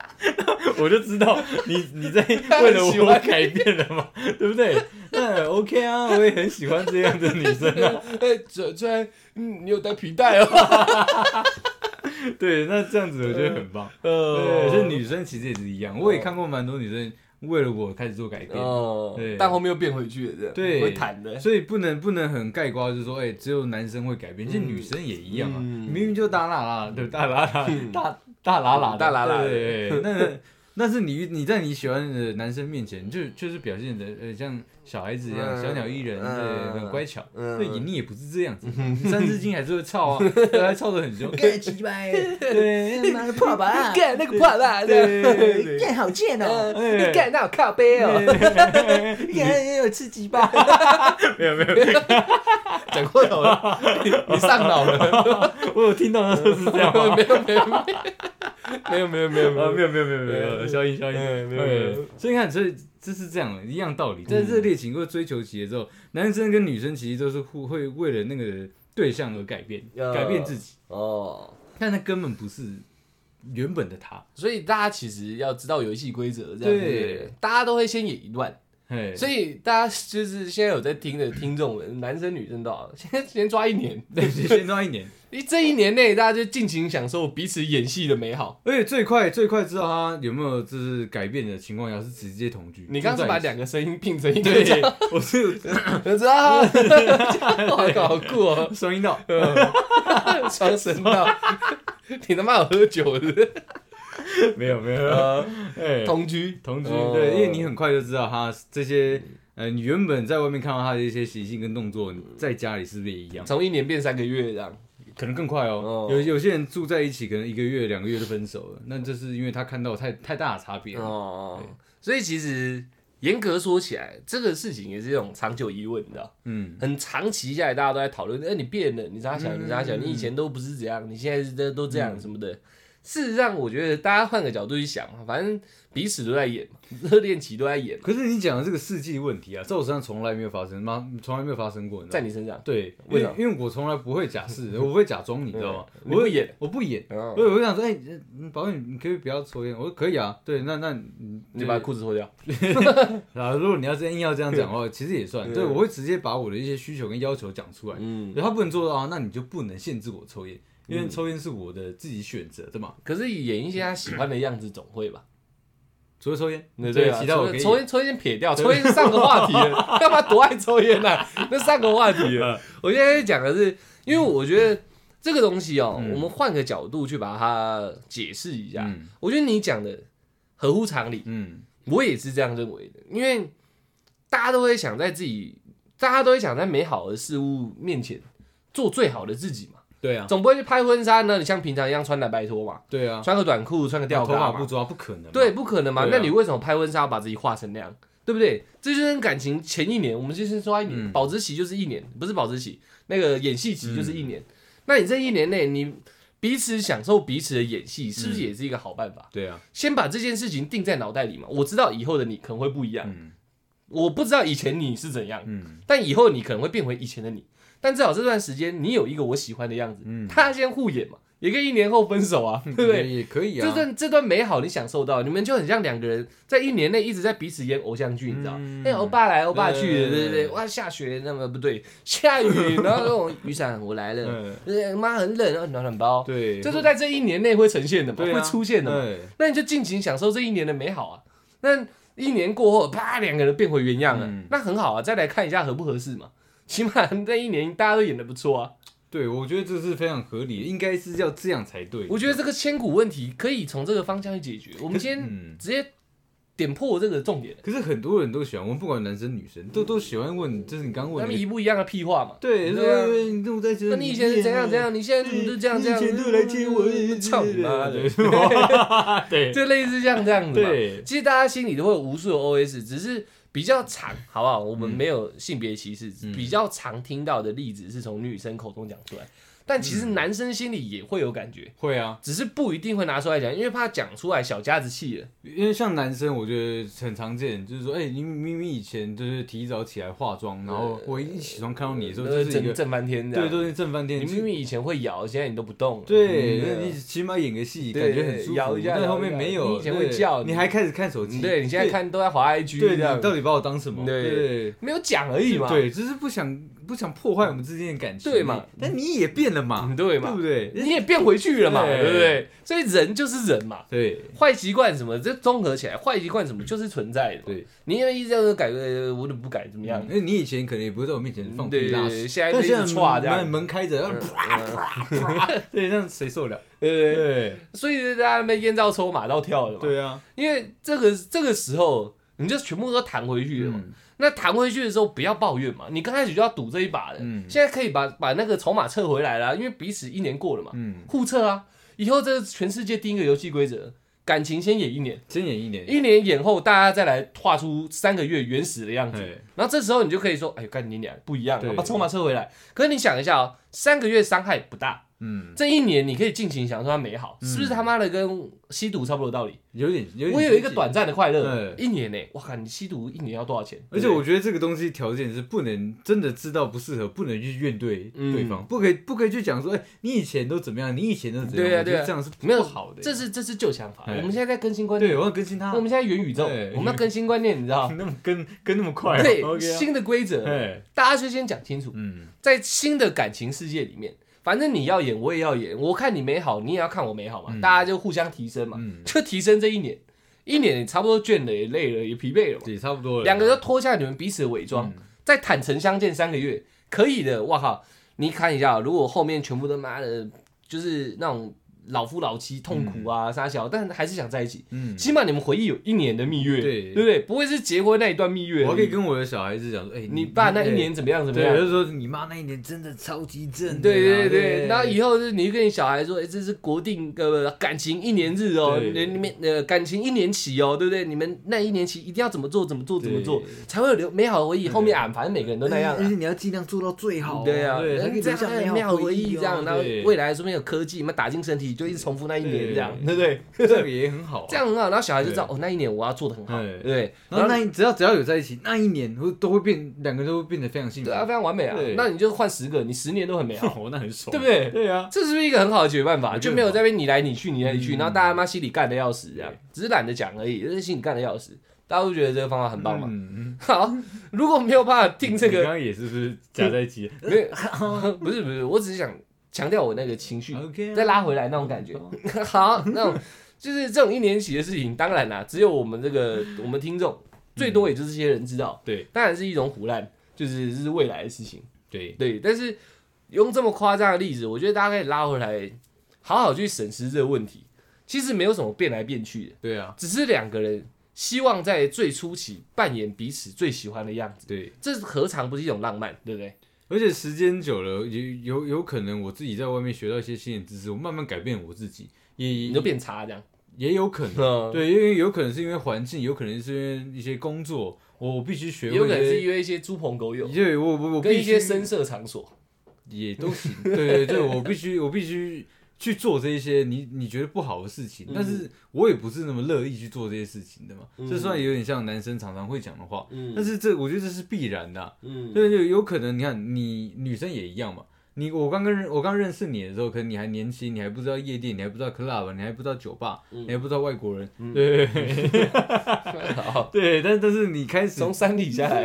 [SPEAKER 1] [laughs]
[SPEAKER 2] 我就知道你你在为了
[SPEAKER 1] 喜
[SPEAKER 2] 我
[SPEAKER 1] 欢
[SPEAKER 2] 改变了嘛，对不对？那 OK 啊，我也很喜欢这样的女生
[SPEAKER 1] [laughs]
[SPEAKER 2] 啊。
[SPEAKER 1] 哎，这居然嗯，你有带皮带哦。
[SPEAKER 2] 对，那这样子我觉得很棒。对，
[SPEAKER 1] 呃
[SPEAKER 2] 所以女生其实也是一样，我也看过蛮多女生为了我开始做改变，
[SPEAKER 1] 哦
[SPEAKER 2] 对，
[SPEAKER 1] 但后面又变回去了，这样
[SPEAKER 2] 对
[SPEAKER 1] 会弹的。
[SPEAKER 2] 所以不能不能很盖瓜，就是说，哎、只有男生会改变，其实
[SPEAKER 1] 嗯
[SPEAKER 2] 女生也一样啊，
[SPEAKER 1] 嗯
[SPEAKER 2] 明明就大拉拉，对，大拉拉，大大拉拉的，
[SPEAKER 1] 大拉拉的 [laughs]
[SPEAKER 2] 对，对对那但是你你在你喜欢的男生面前，就就是表现的呃像小孩子一样，
[SPEAKER 1] 嗯
[SPEAKER 2] 小鸟依人，对，
[SPEAKER 1] 嗯
[SPEAKER 2] 很乖巧。
[SPEAKER 1] 嗯
[SPEAKER 2] 对，眼睛也不是这样子，三字经还是会操
[SPEAKER 1] [laughs]
[SPEAKER 2] 啊，对，还操得很凶，干鸡掰， [laughs]
[SPEAKER 3] [laughs]
[SPEAKER 2] 对，妈的爸爸啊，
[SPEAKER 1] 干那个爸爸，
[SPEAKER 2] 对对对
[SPEAKER 1] 干好贱
[SPEAKER 2] 哦
[SPEAKER 1] 你 [laughs]
[SPEAKER 3] 哎
[SPEAKER 1] 干那我靠背
[SPEAKER 2] [laughs]
[SPEAKER 1] 哦，
[SPEAKER 2] 也也有刺
[SPEAKER 3] [laughs]
[SPEAKER 2] 激吧？没有没有，
[SPEAKER 1] 讲过头了，你上脑了，
[SPEAKER 2] 我有听
[SPEAKER 1] [laughs]
[SPEAKER 2] 到那时候是这样吗？
[SPEAKER 1] 没有没有没有没有没有没有
[SPEAKER 2] 啊，没
[SPEAKER 1] 没有，
[SPEAKER 2] 有没有没有没有，消音消音，
[SPEAKER 1] 嗯没有嗯
[SPEAKER 2] OK，
[SPEAKER 1] 没有
[SPEAKER 2] 所以你看，所以这是这样的一样道理，在热恋期或追求期的时候，男生跟女生其实都是互会为了那个对象而改变，
[SPEAKER 1] 呃
[SPEAKER 2] 改变自己，
[SPEAKER 1] 哦。
[SPEAKER 2] 但他根本不是原本的他，
[SPEAKER 1] 所以大家其实要知道游戏规则，这样
[SPEAKER 2] 对
[SPEAKER 1] 对，大家都会先演一段。
[SPEAKER 2] 嘿，
[SPEAKER 1] 所以大家就是现在有在听的听众们，男生女生都好，先先抓一年，
[SPEAKER 2] [laughs] 对，先抓一年，
[SPEAKER 1] 你这一年内大家就尽情享受彼此演戏的美好。
[SPEAKER 2] 而且最快最快知道他有没有就是改变的情况下是直接同居，
[SPEAKER 1] 你刚刚是把两个声音拼成一个，
[SPEAKER 2] 对
[SPEAKER 1] 这 [laughs] 样，
[SPEAKER 2] 我是有
[SPEAKER 1] 我知道， [laughs] 哇，搞好酷哦，
[SPEAKER 2] 声音到，
[SPEAKER 1] [laughs] 双声道， [laughs] 你他妈有喝酒是不是？
[SPEAKER 2] 没有没有，
[SPEAKER 1] 呃，[laughs]
[SPEAKER 2] 哎
[SPEAKER 1] 同居，
[SPEAKER 2] 同居，
[SPEAKER 1] 哦
[SPEAKER 2] 对，因为你很快就知道他这些，呃，你原本在外面看到他的一些习性跟动作，你在家里是不是也一样？
[SPEAKER 1] 从一年变三个月这样，
[SPEAKER 2] 可能更快
[SPEAKER 1] 哦
[SPEAKER 2] 哦。有有些人住在一起，可能一个月、两个月就分手了，那这是因为他看到太太大的差别了。
[SPEAKER 1] 哦，所以其实严格说起来，这个事情也是一种长久疑问，你知道，
[SPEAKER 2] 嗯，
[SPEAKER 1] 很长期下来，大家都在讨论，哎、你变了，你咋想，你咋想，你以前都不是这样，你现在是都都这样什么
[SPEAKER 2] 嗯
[SPEAKER 1] 的。事实上，我觉得大家换个角度去想嘛，反正彼此都在演嘛， [laughs] 热恋期都在演嘛，
[SPEAKER 2] 可是你讲的这个世纪问题啊，在我身上从来没有发生，妈，从来没有发生过。你知道
[SPEAKER 1] 在
[SPEAKER 2] 吗
[SPEAKER 1] 你身上，
[SPEAKER 2] 对，因
[SPEAKER 1] 为
[SPEAKER 2] 为
[SPEAKER 1] 啥
[SPEAKER 2] 因为我从来不会假释，我不会假装，你知道吗？
[SPEAKER 1] 嗯你
[SPEAKER 2] 我
[SPEAKER 1] 不
[SPEAKER 2] 会
[SPEAKER 1] 演，
[SPEAKER 2] 我不演。
[SPEAKER 1] 哦
[SPEAKER 2] 所以我就想说，哎、嗯保险你可以不要抽烟，我说可以啊，对，那那你
[SPEAKER 1] 你把裤子脱掉，
[SPEAKER 2] 啊，如果你要真硬要这样讲的话，其实也算。
[SPEAKER 1] 嗯
[SPEAKER 2] 对，我会直接把我的一些需求跟要求讲出来。
[SPEAKER 1] 嗯。
[SPEAKER 2] 对他不能做到啊，那你就不能限制我抽烟，因为抽烟是我的自己选择的嘛。
[SPEAKER 1] 可是演一些他喜欢的样子，总会吧？
[SPEAKER 2] 除了抽烟，
[SPEAKER 1] 对啊，
[SPEAKER 2] 嗯其他我可以
[SPEAKER 1] 抽烟抽烟撇掉，抽烟是上个话题
[SPEAKER 2] [laughs]
[SPEAKER 1] 了，干嘛多爱抽烟呢、那上个话题了。
[SPEAKER 2] 嗯
[SPEAKER 1] 我现在讲的是，因为我觉得这个东西哦、
[SPEAKER 2] 嗯
[SPEAKER 1] 我们换个角度去把它解释一下。
[SPEAKER 2] 嗯
[SPEAKER 1] 我觉得你讲的合乎常理，
[SPEAKER 2] 嗯
[SPEAKER 1] 我也是这样认为的，因为大家都会想在自己，大家都会想在美好的事物面前做最好的自己嘛，
[SPEAKER 2] 对啊，
[SPEAKER 1] 总不会去拍婚纱呢，你像平常一样穿蓝白拖嘛，
[SPEAKER 2] 对啊，
[SPEAKER 1] 穿个短裤，穿个吊
[SPEAKER 2] 头
[SPEAKER 1] 嘎
[SPEAKER 2] 发
[SPEAKER 1] 嘛
[SPEAKER 2] 不，抓不可能嘛。
[SPEAKER 1] 对，不可能嘛？
[SPEAKER 2] 对啊
[SPEAKER 1] 那你为什么拍婚纱把自己画成那样？对不对？这就是跟感情前一年，我们就先说一年，
[SPEAKER 2] 嗯
[SPEAKER 1] 保质期就是一年，不是保质期，那个演戏期就是一年。那你这一年内，你彼此享受彼此的演戏，是不是也是一个好办法？
[SPEAKER 2] 对啊，
[SPEAKER 1] 先把这件事情定在脑袋里嘛。我知道以后的你可能会不一样，
[SPEAKER 2] 嗯
[SPEAKER 1] 我不知道以前你是怎样，
[SPEAKER 2] 嗯
[SPEAKER 1] 但以后你可能会变回以前的你。但至少这段时间，你有一个我喜欢的样子，
[SPEAKER 2] 嗯，
[SPEAKER 1] 他先互演嘛，也可以一年后分手啊，对不对？
[SPEAKER 2] 也也可以啊。
[SPEAKER 1] 这段这段美好你享受到，你们就很像两个人在一年内一直在彼此演偶像剧，你知道？
[SPEAKER 2] 嗯
[SPEAKER 1] 哎、欧巴来欧巴去，
[SPEAKER 2] 对
[SPEAKER 1] 对对
[SPEAKER 2] 对
[SPEAKER 1] 对，哇，下雪那么不对，下雨，然
[SPEAKER 2] [laughs]
[SPEAKER 1] 后那种雨伞我来了，
[SPEAKER 2] 嗯，
[SPEAKER 1] 呃妈很冷，然后暖暖包，
[SPEAKER 2] 对，
[SPEAKER 1] 这是在这一年内会呈现的嘛，
[SPEAKER 2] 对啊
[SPEAKER 1] 会出现的嘛，
[SPEAKER 2] 对
[SPEAKER 1] 那你就尽情享受这一年的美好啊。那一年过后，啪，两个人变回原样了，
[SPEAKER 2] 嗯
[SPEAKER 1] 那很好啊，再来看一下合不合适嘛。起码那一年大家都演的不错啊，
[SPEAKER 2] 对，我觉得这是非常合理的，应该是要这样才对。
[SPEAKER 1] 我觉得这个千古问题可以从这个方向去解决。我们今天
[SPEAKER 2] 嗯。
[SPEAKER 1] 直接点破这个重点。
[SPEAKER 2] 可是很多人都喜欢问，不管男生女生，都都喜欢问，就是你刚
[SPEAKER 1] 他
[SPEAKER 2] 问
[SPEAKER 1] 们
[SPEAKER 2] 的
[SPEAKER 1] 一不一样的屁话嘛？
[SPEAKER 2] 对，
[SPEAKER 1] 对啊
[SPEAKER 2] 对，你我在觉得
[SPEAKER 1] 那你以前是怎样怎
[SPEAKER 2] 啊
[SPEAKER 1] 样？你现在怎么就这样这样？
[SPEAKER 2] 你以前都来接我
[SPEAKER 1] 嗯操你妈的！
[SPEAKER 2] [laughs] 对
[SPEAKER 1] 就类似像这样子嘛。
[SPEAKER 2] 对
[SPEAKER 1] 其实大家心里都会有无数的 OS，只是比较常，好不好？我们没有性别歧视，
[SPEAKER 2] 嗯
[SPEAKER 1] 比较常听到的例子是从女生口中讲出来，但其实
[SPEAKER 2] 嗯
[SPEAKER 1] 男生心里也会有感觉，
[SPEAKER 2] 会啊，
[SPEAKER 1] 只是不一定会拿出来讲，因为怕讲出来小家子气了。
[SPEAKER 2] 因为像男生，我觉得很常见，就是说，哎、你明明以前就是提早起来化妆，然后我一起床看到你的时候，
[SPEAKER 1] 呃
[SPEAKER 2] 就是一
[SPEAKER 1] 整
[SPEAKER 2] 个
[SPEAKER 1] 整半天这
[SPEAKER 2] 对，都
[SPEAKER 1] 样。
[SPEAKER 2] 是正翻天
[SPEAKER 1] 你。明明以前会摇，现在你都不动了。
[SPEAKER 2] 对，
[SPEAKER 1] 嗯
[SPEAKER 2] 那你起码演个戏，
[SPEAKER 1] 对
[SPEAKER 2] 感觉很舒
[SPEAKER 1] 摇
[SPEAKER 2] 服
[SPEAKER 1] 一。下
[SPEAKER 2] 但
[SPEAKER 1] 摇
[SPEAKER 2] 后
[SPEAKER 1] 一
[SPEAKER 2] 面
[SPEAKER 1] 下
[SPEAKER 2] 没有，
[SPEAKER 1] 你以前
[SPEAKER 2] 对
[SPEAKER 1] 会叫
[SPEAKER 2] 你
[SPEAKER 1] 你嗯
[SPEAKER 2] 还开始看手机，
[SPEAKER 1] 对你现在看都在滑 IG
[SPEAKER 2] 对，
[SPEAKER 1] 这
[SPEAKER 2] 对，
[SPEAKER 1] 样
[SPEAKER 2] 你到底把我当什么？
[SPEAKER 1] 对
[SPEAKER 2] 对
[SPEAKER 1] 没有讲而已嘛。
[SPEAKER 2] 对，就是不想不想破坏我们之间的感情，
[SPEAKER 1] 对嘛？
[SPEAKER 2] 但你也变了嘛
[SPEAKER 1] 嗯，，对
[SPEAKER 2] 对
[SPEAKER 1] 嘛
[SPEAKER 2] 不，对？
[SPEAKER 1] 你也变回去了嘛，
[SPEAKER 2] 对
[SPEAKER 1] 对不对？所以人就是人嘛，
[SPEAKER 2] 对
[SPEAKER 1] 坏习惯什么，这综合起来，坏习惯什么就是存在的嘛。
[SPEAKER 2] 对，
[SPEAKER 1] 你要一直这样子改，呃我怎么不改怎么样嗯
[SPEAKER 2] 因？嗯为你以前可能也不会在我面前放屁
[SPEAKER 1] 对
[SPEAKER 2] 拉
[SPEAKER 1] 对，
[SPEAKER 2] 屎，
[SPEAKER 1] 现在
[SPEAKER 2] 但
[SPEAKER 1] 就一
[SPEAKER 2] 现
[SPEAKER 1] 直歘
[SPEAKER 2] 在
[SPEAKER 1] 这
[SPEAKER 2] 门门
[SPEAKER 1] 样，嗯
[SPEAKER 2] 门开着，然后啪啪啪，对，让谁受得了？
[SPEAKER 1] 对对。
[SPEAKER 2] 对
[SPEAKER 1] 所以大家那边烟照抽马到跳的嘛，
[SPEAKER 2] 对啊，
[SPEAKER 1] 因为这个这个时候你就全部都弹回去了嘛。
[SPEAKER 2] 嗯
[SPEAKER 1] 那弹回去的时候不要抱怨嘛，你刚开始就要赌这一把的，
[SPEAKER 2] 嗯
[SPEAKER 1] 现在可以把把那个筹码撤回来了啊，因为彼此一年过了嘛，
[SPEAKER 2] 嗯，
[SPEAKER 1] 互撤啊。以后这是全世界第一个游戏规则，感情先演一年，
[SPEAKER 2] 先演一年，
[SPEAKER 1] 一年演后大家再来画出三个月原始的样子。
[SPEAKER 2] 哎，
[SPEAKER 1] 然后这时候你就可以说，哎，干你俩不一样，
[SPEAKER 2] 对
[SPEAKER 1] 把筹码撤回来。可是你想一下哦，三个月伤害不大，
[SPEAKER 2] 嗯，
[SPEAKER 1] 这一年你可以尽情享受它美好，是不是他妈的跟吸毒差不多道理？
[SPEAKER 2] 有点有点，
[SPEAKER 1] 我有一个短，暂的快乐，
[SPEAKER 2] 对
[SPEAKER 1] 一年呢、我靠，你吸毒一年要多少钱？
[SPEAKER 2] 而且我觉得这个东西条件是不能真的知道不适合，不能去怨对
[SPEAKER 1] 嗯
[SPEAKER 2] 对方，不可以不可以去讲说，哎，你以前都怎么样，你以前都怎么样，
[SPEAKER 1] 对啊
[SPEAKER 2] 我觉得
[SPEAKER 1] 对啊
[SPEAKER 2] 这样是不
[SPEAKER 1] 没有
[SPEAKER 2] 好的，
[SPEAKER 1] 这是这是旧想法，
[SPEAKER 2] 哎
[SPEAKER 1] 我们现在在更新观念，
[SPEAKER 2] 对，我要更新他
[SPEAKER 1] 我，们现在元宇宙，
[SPEAKER 2] 对
[SPEAKER 1] 我们要更新观念，你知道？
[SPEAKER 2] 那么跟跟那么快啊
[SPEAKER 1] 哦对，
[SPEAKER 2] ，OK 啊，
[SPEAKER 1] 新的规则，
[SPEAKER 2] 哎，
[SPEAKER 1] 大家就先讲清楚，
[SPEAKER 2] 嗯，
[SPEAKER 1] 在新的感情世界里面，反正你要演，我也要演，我看你美好，你也要看我美好嘛，
[SPEAKER 2] 嗯
[SPEAKER 1] 大家就互相提升嘛，
[SPEAKER 2] 嗯
[SPEAKER 1] 就提升这一年，一年也差不多倦了，也累了，也疲惫了嘛，
[SPEAKER 2] 也差不多了，
[SPEAKER 1] 两个都脱下你们彼此的伪装，
[SPEAKER 2] 啊嗯
[SPEAKER 1] 再坦诚相见三个月，可以的。哇靠，你看一下，如果后面全部都妈的，就是那种老夫老妻痛苦啊、撒小，但还是想在一起，
[SPEAKER 2] 嗯，
[SPEAKER 1] 起码你们回忆有一年的蜜月，
[SPEAKER 2] 对
[SPEAKER 1] 不对？不会是结婚那一段蜜月而已，
[SPEAKER 2] 我还可以跟我的小孩子讲说，哎，
[SPEAKER 1] 你爸那一年啊
[SPEAKER 2] 哎
[SPEAKER 1] 怎么样怎么
[SPEAKER 2] 对，就
[SPEAKER 1] 样。
[SPEAKER 2] 是说你妈那一年真
[SPEAKER 1] [laughs]
[SPEAKER 2] 的超级正的啊，
[SPEAKER 1] 对对对，
[SPEAKER 2] 对，
[SPEAKER 1] 然后以后就是你就跟你小孩说，哎，这是国定呃感情一年日哦，
[SPEAKER 2] 对
[SPEAKER 1] 你你们呃感情一年期哦，对不对？你们那一年期一定要怎么做怎么做怎么做
[SPEAKER 2] 对，哎
[SPEAKER 1] 才会有留美好的回忆。后面啊，反正每个人都那样啊
[SPEAKER 3] 而且你要尽量做到最好、哦。
[SPEAKER 1] 对啊，
[SPEAKER 2] 对
[SPEAKER 1] 那
[SPEAKER 3] 才可以
[SPEAKER 1] 这
[SPEAKER 3] 留下
[SPEAKER 1] 样
[SPEAKER 3] 美
[SPEAKER 1] 很
[SPEAKER 3] 好
[SPEAKER 1] 好回
[SPEAKER 3] 回忆
[SPEAKER 1] 忆，
[SPEAKER 3] 哦
[SPEAKER 1] 这样，然后
[SPEAKER 2] 对
[SPEAKER 1] 未来说不定有科技，那打进身体就一直重复那一年，
[SPEAKER 2] 对
[SPEAKER 1] 这样，对不对？
[SPEAKER 2] 这个也很好啊，
[SPEAKER 1] 这样很好，然后小孩就知道
[SPEAKER 2] 对
[SPEAKER 1] 哦，那一年我要做的很好，
[SPEAKER 2] 对
[SPEAKER 1] 对不对？
[SPEAKER 2] 然后那一只要只要有在一起，那一年会都会变，两个都会变得非常幸福。
[SPEAKER 1] 对啊，非常完美啊
[SPEAKER 2] 对。
[SPEAKER 1] 那你就换十个，你十年都很美好，
[SPEAKER 2] 哦，那很爽
[SPEAKER 1] 对不？对？
[SPEAKER 2] 对啊，
[SPEAKER 1] 这是不是一个很好的解决办法？
[SPEAKER 2] 我觉得
[SPEAKER 1] 就没有在那边你来你去，你来你去，
[SPEAKER 2] 嗯
[SPEAKER 1] 然后大家妈心里干的要死，这样
[SPEAKER 2] 对
[SPEAKER 1] 只是懒得讲而已，就是心里干的要死。大家都觉得这个方法很棒嘛？
[SPEAKER 2] 嗯，嗯
[SPEAKER 1] [laughs] 好，如果没有办法定这
[SPEAKER 2] 你
[SPEAKER 1] 个，
[SPEAKER 2] 刚也是不是夹在一起
[SPEAKER 1] 没
[SPEAKER 2] [laughs]
[SPEAKER 1] 有，不是不是，我只是想强调我那个情绪
[SPEAKER 2] ？OK，啊哦
[SPEAKER 1] 再拉回来那种感觉。 [laughs] 好，那种就是这种一年级的事情，当然啦，只有我们这个我们听众最多也就是这些人知道，
[SPEAKER 2] 嗯对
[SPEAKER 1] 当然是一种胡乱，就是这是未来的事情，
[SPEAKER 2] 对，
[SPEAKER 1] 对。但是用这么夸张的例子，我觉得大家可以拉回来，好好去审视这个问题。其实没有什么变来变去的，
[SPEAKER 2] 对啊，
[SPEAKER 1] 只是两个人希望在最初期扮演彼此最喜欢的样子，
[SPEAKER 2] 对，
[SPEAKER 1] 这何尝不是一种浪漫，对不对？
[SPEAKER 2] 而且时间久了，有有有可能我自己在外面学到一些新的知识，我慢慢改变我自己，也
[SPEAKER 1] 你就
[SPEAKER 2] 也
[SPEAKER 1] 变差这样，
[SPEAKER 2] 也有可能，
[SPEAKER 1] 嗯，
[SPEAKER 2] 对，因为有可能是因为环境，有可能是因为一些工作，我我必须学会
[SPEAKER 1] 有可能是
[SPEAKER 2] 一些，
[SPEAKER 1] 因为一些猪朋狗友，
[SPEAKER 2] 对我我我
[SPEAKER 1] 跟
[SPEAKER 2] 必
[SPEAKER 1] 一
[SPEAKER 2] 须
[SPEAKER 1] 些声色场所，
[SPEAKER 2] 也都行。对对对，我必须我必须去做这一些你你觉得不好的事情，
[SPEAKER 1] 嗯
[SPEAKER 2] 但是我也不是那么乐意去做这些事情的嘛。
[SPEAKER 1] 嗯
[SPEAKER 2] 这算有点像男生常常会讲的话，
[SPEAKER 1] 嗯
[SPEAKER 2] 但是这我觉得这是必然的啊、
[SPEAKER 1] 嗯，
[SPEAKER 2] 对对，有可能你看你女生也一样嘛。你我刚跟我刚认识你的时候，可能你还年轻，你还不知道夜店，你还不知道 club，你还不知道酒吧，
[SPEAKER 1] 嗯
[SPEAKER 2] 你还不知道外国人，对对
[SPEAKER 1] [laughs] 好，
[SPEAKER 2] 对，但但是你开始
[SPEAKER 1] 从山底下来，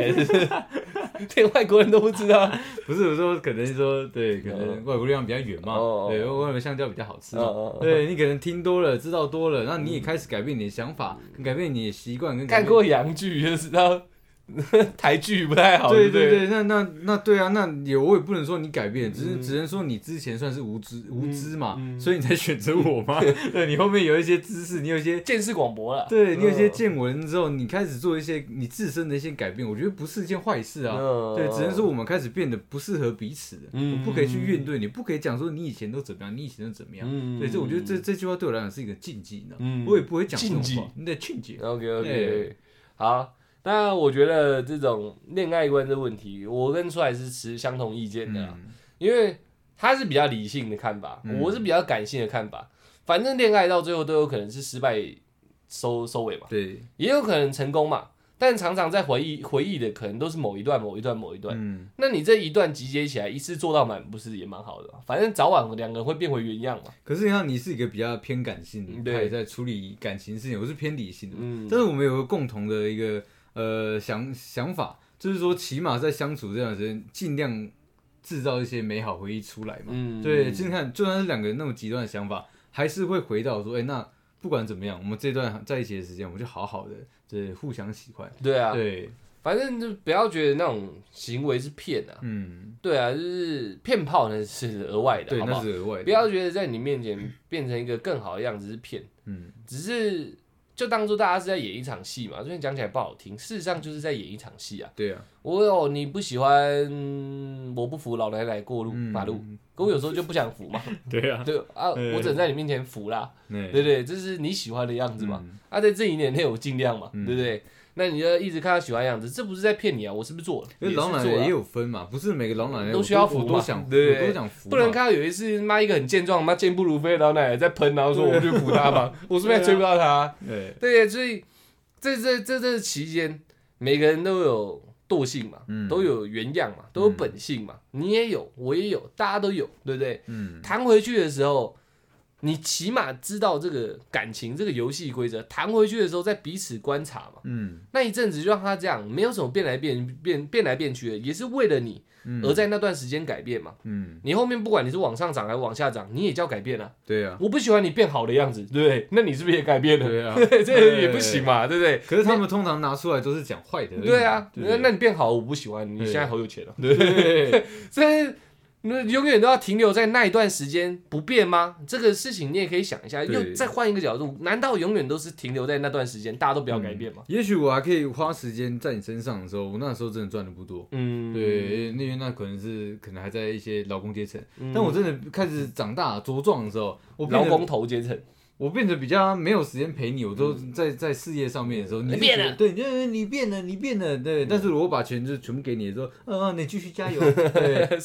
[SPEAKER 1] 连外国人都不知道。
[SPEAKER 2] 不是我说，可能说对，可
[SPEAKER 1] 哦
[SPEAKER 2] 能外国地方比较远嘛，
[SPEAKER 1] 哦哦
[SPEAKER 2] 对，外国香蕉比较好吃嘛，
[SPEAKER 1] 哦哦哦
[SPEAKER 2] 对你可能听多了，知道多了，那你也开始改变你的想法，改变你的习惯，跟改
[SPEAKER 1] 看
[SPEAKER 2] 变
[SPEAKER 1] 过洋剧就知道， [laughs] 台剧不太好。
[SPEAKER 2] 对
[SPEAKER 1] 对不
[SPEAKER 2] 对对，那那那对啊，那也我也不能说你改变，只是只能说你之前算是无知无知嘛，
[SPEAKER 1] 嗯
[SPEAKER 2] 所以你才选择我
[SPEAKER 1] [laughs]
[SPEAKER 2] 嘛。对你后面有一些知识，你有一些
[SPEAKER 1] 见识广博了。
[SPEAKER 2] 对你有一些
[SPEAKER 1] 嗯
[SPEAKER 2] 见闻之后，你开始做一些你自身的一些改变，我觉得不是一件坏事啊。
[SPEAKER 1] 嗯
[SPEAKER 2] 对，只能说我们开始变得不适合彼此的，
[SPEAKER 1] 嗯
[SPEAKER 2] 我不可以去怨对你，不可以讲说你以前都怎么样，你以前都怎么样。
[SPEAKER 1] 嗯
[SPEAKER 2] 对，这我觉得这这句话对我来讲是一个禁忌，你知道吗？
[SPEAKER 1] 嗯
[SPEAKER 2] 我也不会讲这种
[SPEAKER 1] 禁忌
[SPEAKER 2] 话，你得劝解。
[SPEAKER 1] OK OK，
[SPEAKER 2] 对
[SPEAKER 1] 好。那我觉得这种恋爱观的问题，我跟出来是持相同意见的啦，
[SPEAKER 2] 嗯
[SPEAKER 1] 因为他是比较理性的看法，
[SPEAKER 2] 嗯
[SPEAKER 1] 我是比较感性的看法。反正恋爱到最后都有可能是失败收收尾嘛。
[SPEAKER 2] 对，
[SPEAKER 1] 也有可能成功嘛，但常常在回忆回忆的可能都是某一段、某一段、某一段。
[SPEAKER 2] 嗯，
[SPEAKER 1] 那你这一段集结起来，一次做到满，不是也蛮好的嘛？反正早晚两个人会变回原样嘛。
[SPEAKER 2] 可是你看，你是一个比较偏感性
[SPEAKER 1] 嗯
[SPEAKER 2] 的，
[SPEAKER 1] 对
[SPEAKER 2] 派在处理感情事情，我是偏理性的。
[SPEAKER 1] 嗯，
[SPEAKER 2] 但是我们有个共同的一个呃想想法，就是说起码在相处这段时间，尽量制造一些美好回忆出来嘛。
[SPEAKER 1] 嗯
[SPEAKER 2] 对，就看就算是两个人那么极端的想法，还是会回到说，哎、那不管怎么样，我们这段在一起的时间，我们就好好的，对，互相喜欢。
[SPEAKER 1] 对啊，
[SPEAKER 2] 对，
[SPEAKER 1] 反正就不要觉得那种行为是骗啊，
[SPEAKER 2] 嗯，
[SPEAKER 1] 对啊，就是骗炮呢是额外的，
[SPEAKER 2] 对，
[SPEAKER 1] 好不
[SPEAKER 2] 那
[SPEAKER 1] 好？
[SPEAKER 2] 是额外
[SPEAKER 1] 不
[SPEAKER 2] 的。
[SPEAKER 1] 要觉得在你面前变成一个更好的样子是骗，
[SPEAKER 2] 嗯，
[SPEAKER 1] 只是就当做大家是在演一场戏嘛。虽然讲起来不好听，事实上就是在演一场戏啊。
[SPEAKER 2] 对啊，
[SPEAKER 1] 我有你不喜欢，我不服老奶奶过路
[SPEAKER 2] 嗯
[SPEAKER 1] 马路，可我有时候就不想服
[SPEAKER 2] [laughs]
[SPEAKER 1] 嘛。
[SPEAKER 2] 对啊，
[SPEAKER 1] 对啊，
[SPEAKER 2] 对
[SPEAKER 1] 我只能在你面前服啦，
[SPEAKER 2] 对
[SPEAKER 1] 对不对？这是你喜欢的样子嘛。
[SPEAKER 2] 嗯
[SPEAKER 1] 啊，在这一年内我尽量嘛，
[SPEAKER 2] 嗯
[SPEAKER 1] 对不对？那你就一直看他喜欢的样子，这不是在骗你啊，我是不是做了？
[SPEAKER 2] 因
[SPEAKER 1] 也
[SPEAKER 2] 为
[SPEAKER 1] 是
[SPEAKER 2] 老奶奶
[SPEAKER 1] 做了啊
[SPEAKER 2] 也有分嘛，不是每个老奶奶
[SPEAKER 1] 都
[SPEAKER 2] 我
[SPEAKER 1] 需要
[SPEAKER 2] 我
[SPEAKER 1] 服
[SPEAKER 2] 都
[SPEAKER 1] 嘛
[SPEAKER 2] 想，
[SPEAKER 1] 对不
[SPEAKER 2] 我
[SPEAKER 1] 对
[SPEAKER 2] 都想服嘛，
[SPEAKER 1] 不能看到有一次妈一个很健壮妈健步如飞的老奶奶在喷，然后
[SPEAKER 2] 啊
[SPEAKER 1] 说我们去扶她
[SPEAKER 2] [laughs]
[SPEAKER 1] 吧，我是不是也追不到她？
[SPEAKER 2] 对，
[SPEAKER 1] 对，所以这这这这期间，每个人都有惰性嘛，
[SPEAKER 2] 嗯
[SPEAKER 1] 都有原样嘛，都有本性嘛，你也有，我也有，大家都有，对不对？ [laughs]
[SPEAKER 2] 嗯，
[SPEAKER 1] 弹回去的时候，你起码知道这个感情这个游戏规则，弹回去的时候再彼此观察嘛。
[SPEAKER 2] 嗯，
[SPEAKER 1] 那一阵子就让他这样，没有什么变来变变变来变去的，也是为了你
[SPEAKER 2] 嗯
[SPEAKER 1] 而在那段时间改变嘛。
[SPEAKER 2] 嗯，
[SPEAKER 1] 你后面不管你是往上涨还是往下涨，你也叫改变啊。
[SPEAKER 2] 对啊，
[SPEAKER 1] 我不喜欢你变好的样子，对不对？那你是不是也改变了？
[SPEAKER 2] 对啊，
[SPEAKER 1] [laughs] 对， [laughs] 这也不行嘛，对不对？
[SPEAKER 2] 可是他们通常拿出来都是讲坏的而已嘛，
[SPEAKER 1] 对啊，
[SPEAKER 2] 对不
[SPEAKER 1] 那
[SPEAKER 2] 对
[SPEAKER 1] 那你变好，我不喜欢你，
[SPEAKER 2] 对
[SPEAKER 1] 现在好有钱啊。 [laughs]
[SPEAKER 2] 对，
[SPEAKER 1] 这那永远都要停留在那一段时间不变吗？这个事情你也可以想一下，
[SPEAKER 2] 对
[SPEAKER 1] 又再换一个角度，难道永远都是停留在那段时间，大家都不要改变吗？
[SPEAKER 2] 也许我还可以花时间在你身上的时候，我那时候真的赚的不多。
[SPEAKER 1] 嗯，
[SPEAKER 2] 对，因为那可能是可能还在一些劳工阶层，
[SPEAKER 1] 嗯
[SPEAKER 2] 但我真的开始长大茁壮的时候，我变
[SPEAKER 1] 劳
[SPEAKER 2] 得
[SPEAKER 1] 工头阶层，
[SPEAKER 2] 我变得比较没有时间陪你，我都在在事业上面的时候，你就
[SPEAKER 1] 嗯变了嗯
[SPEAKER 2] 觉得对，你就你变了，你变了，对。但是我把钱就全部给你的时候，嗯、呃，你继续
[SPEAKER 1] [laughs]
[SPEAKER 2] 加油，对。嗯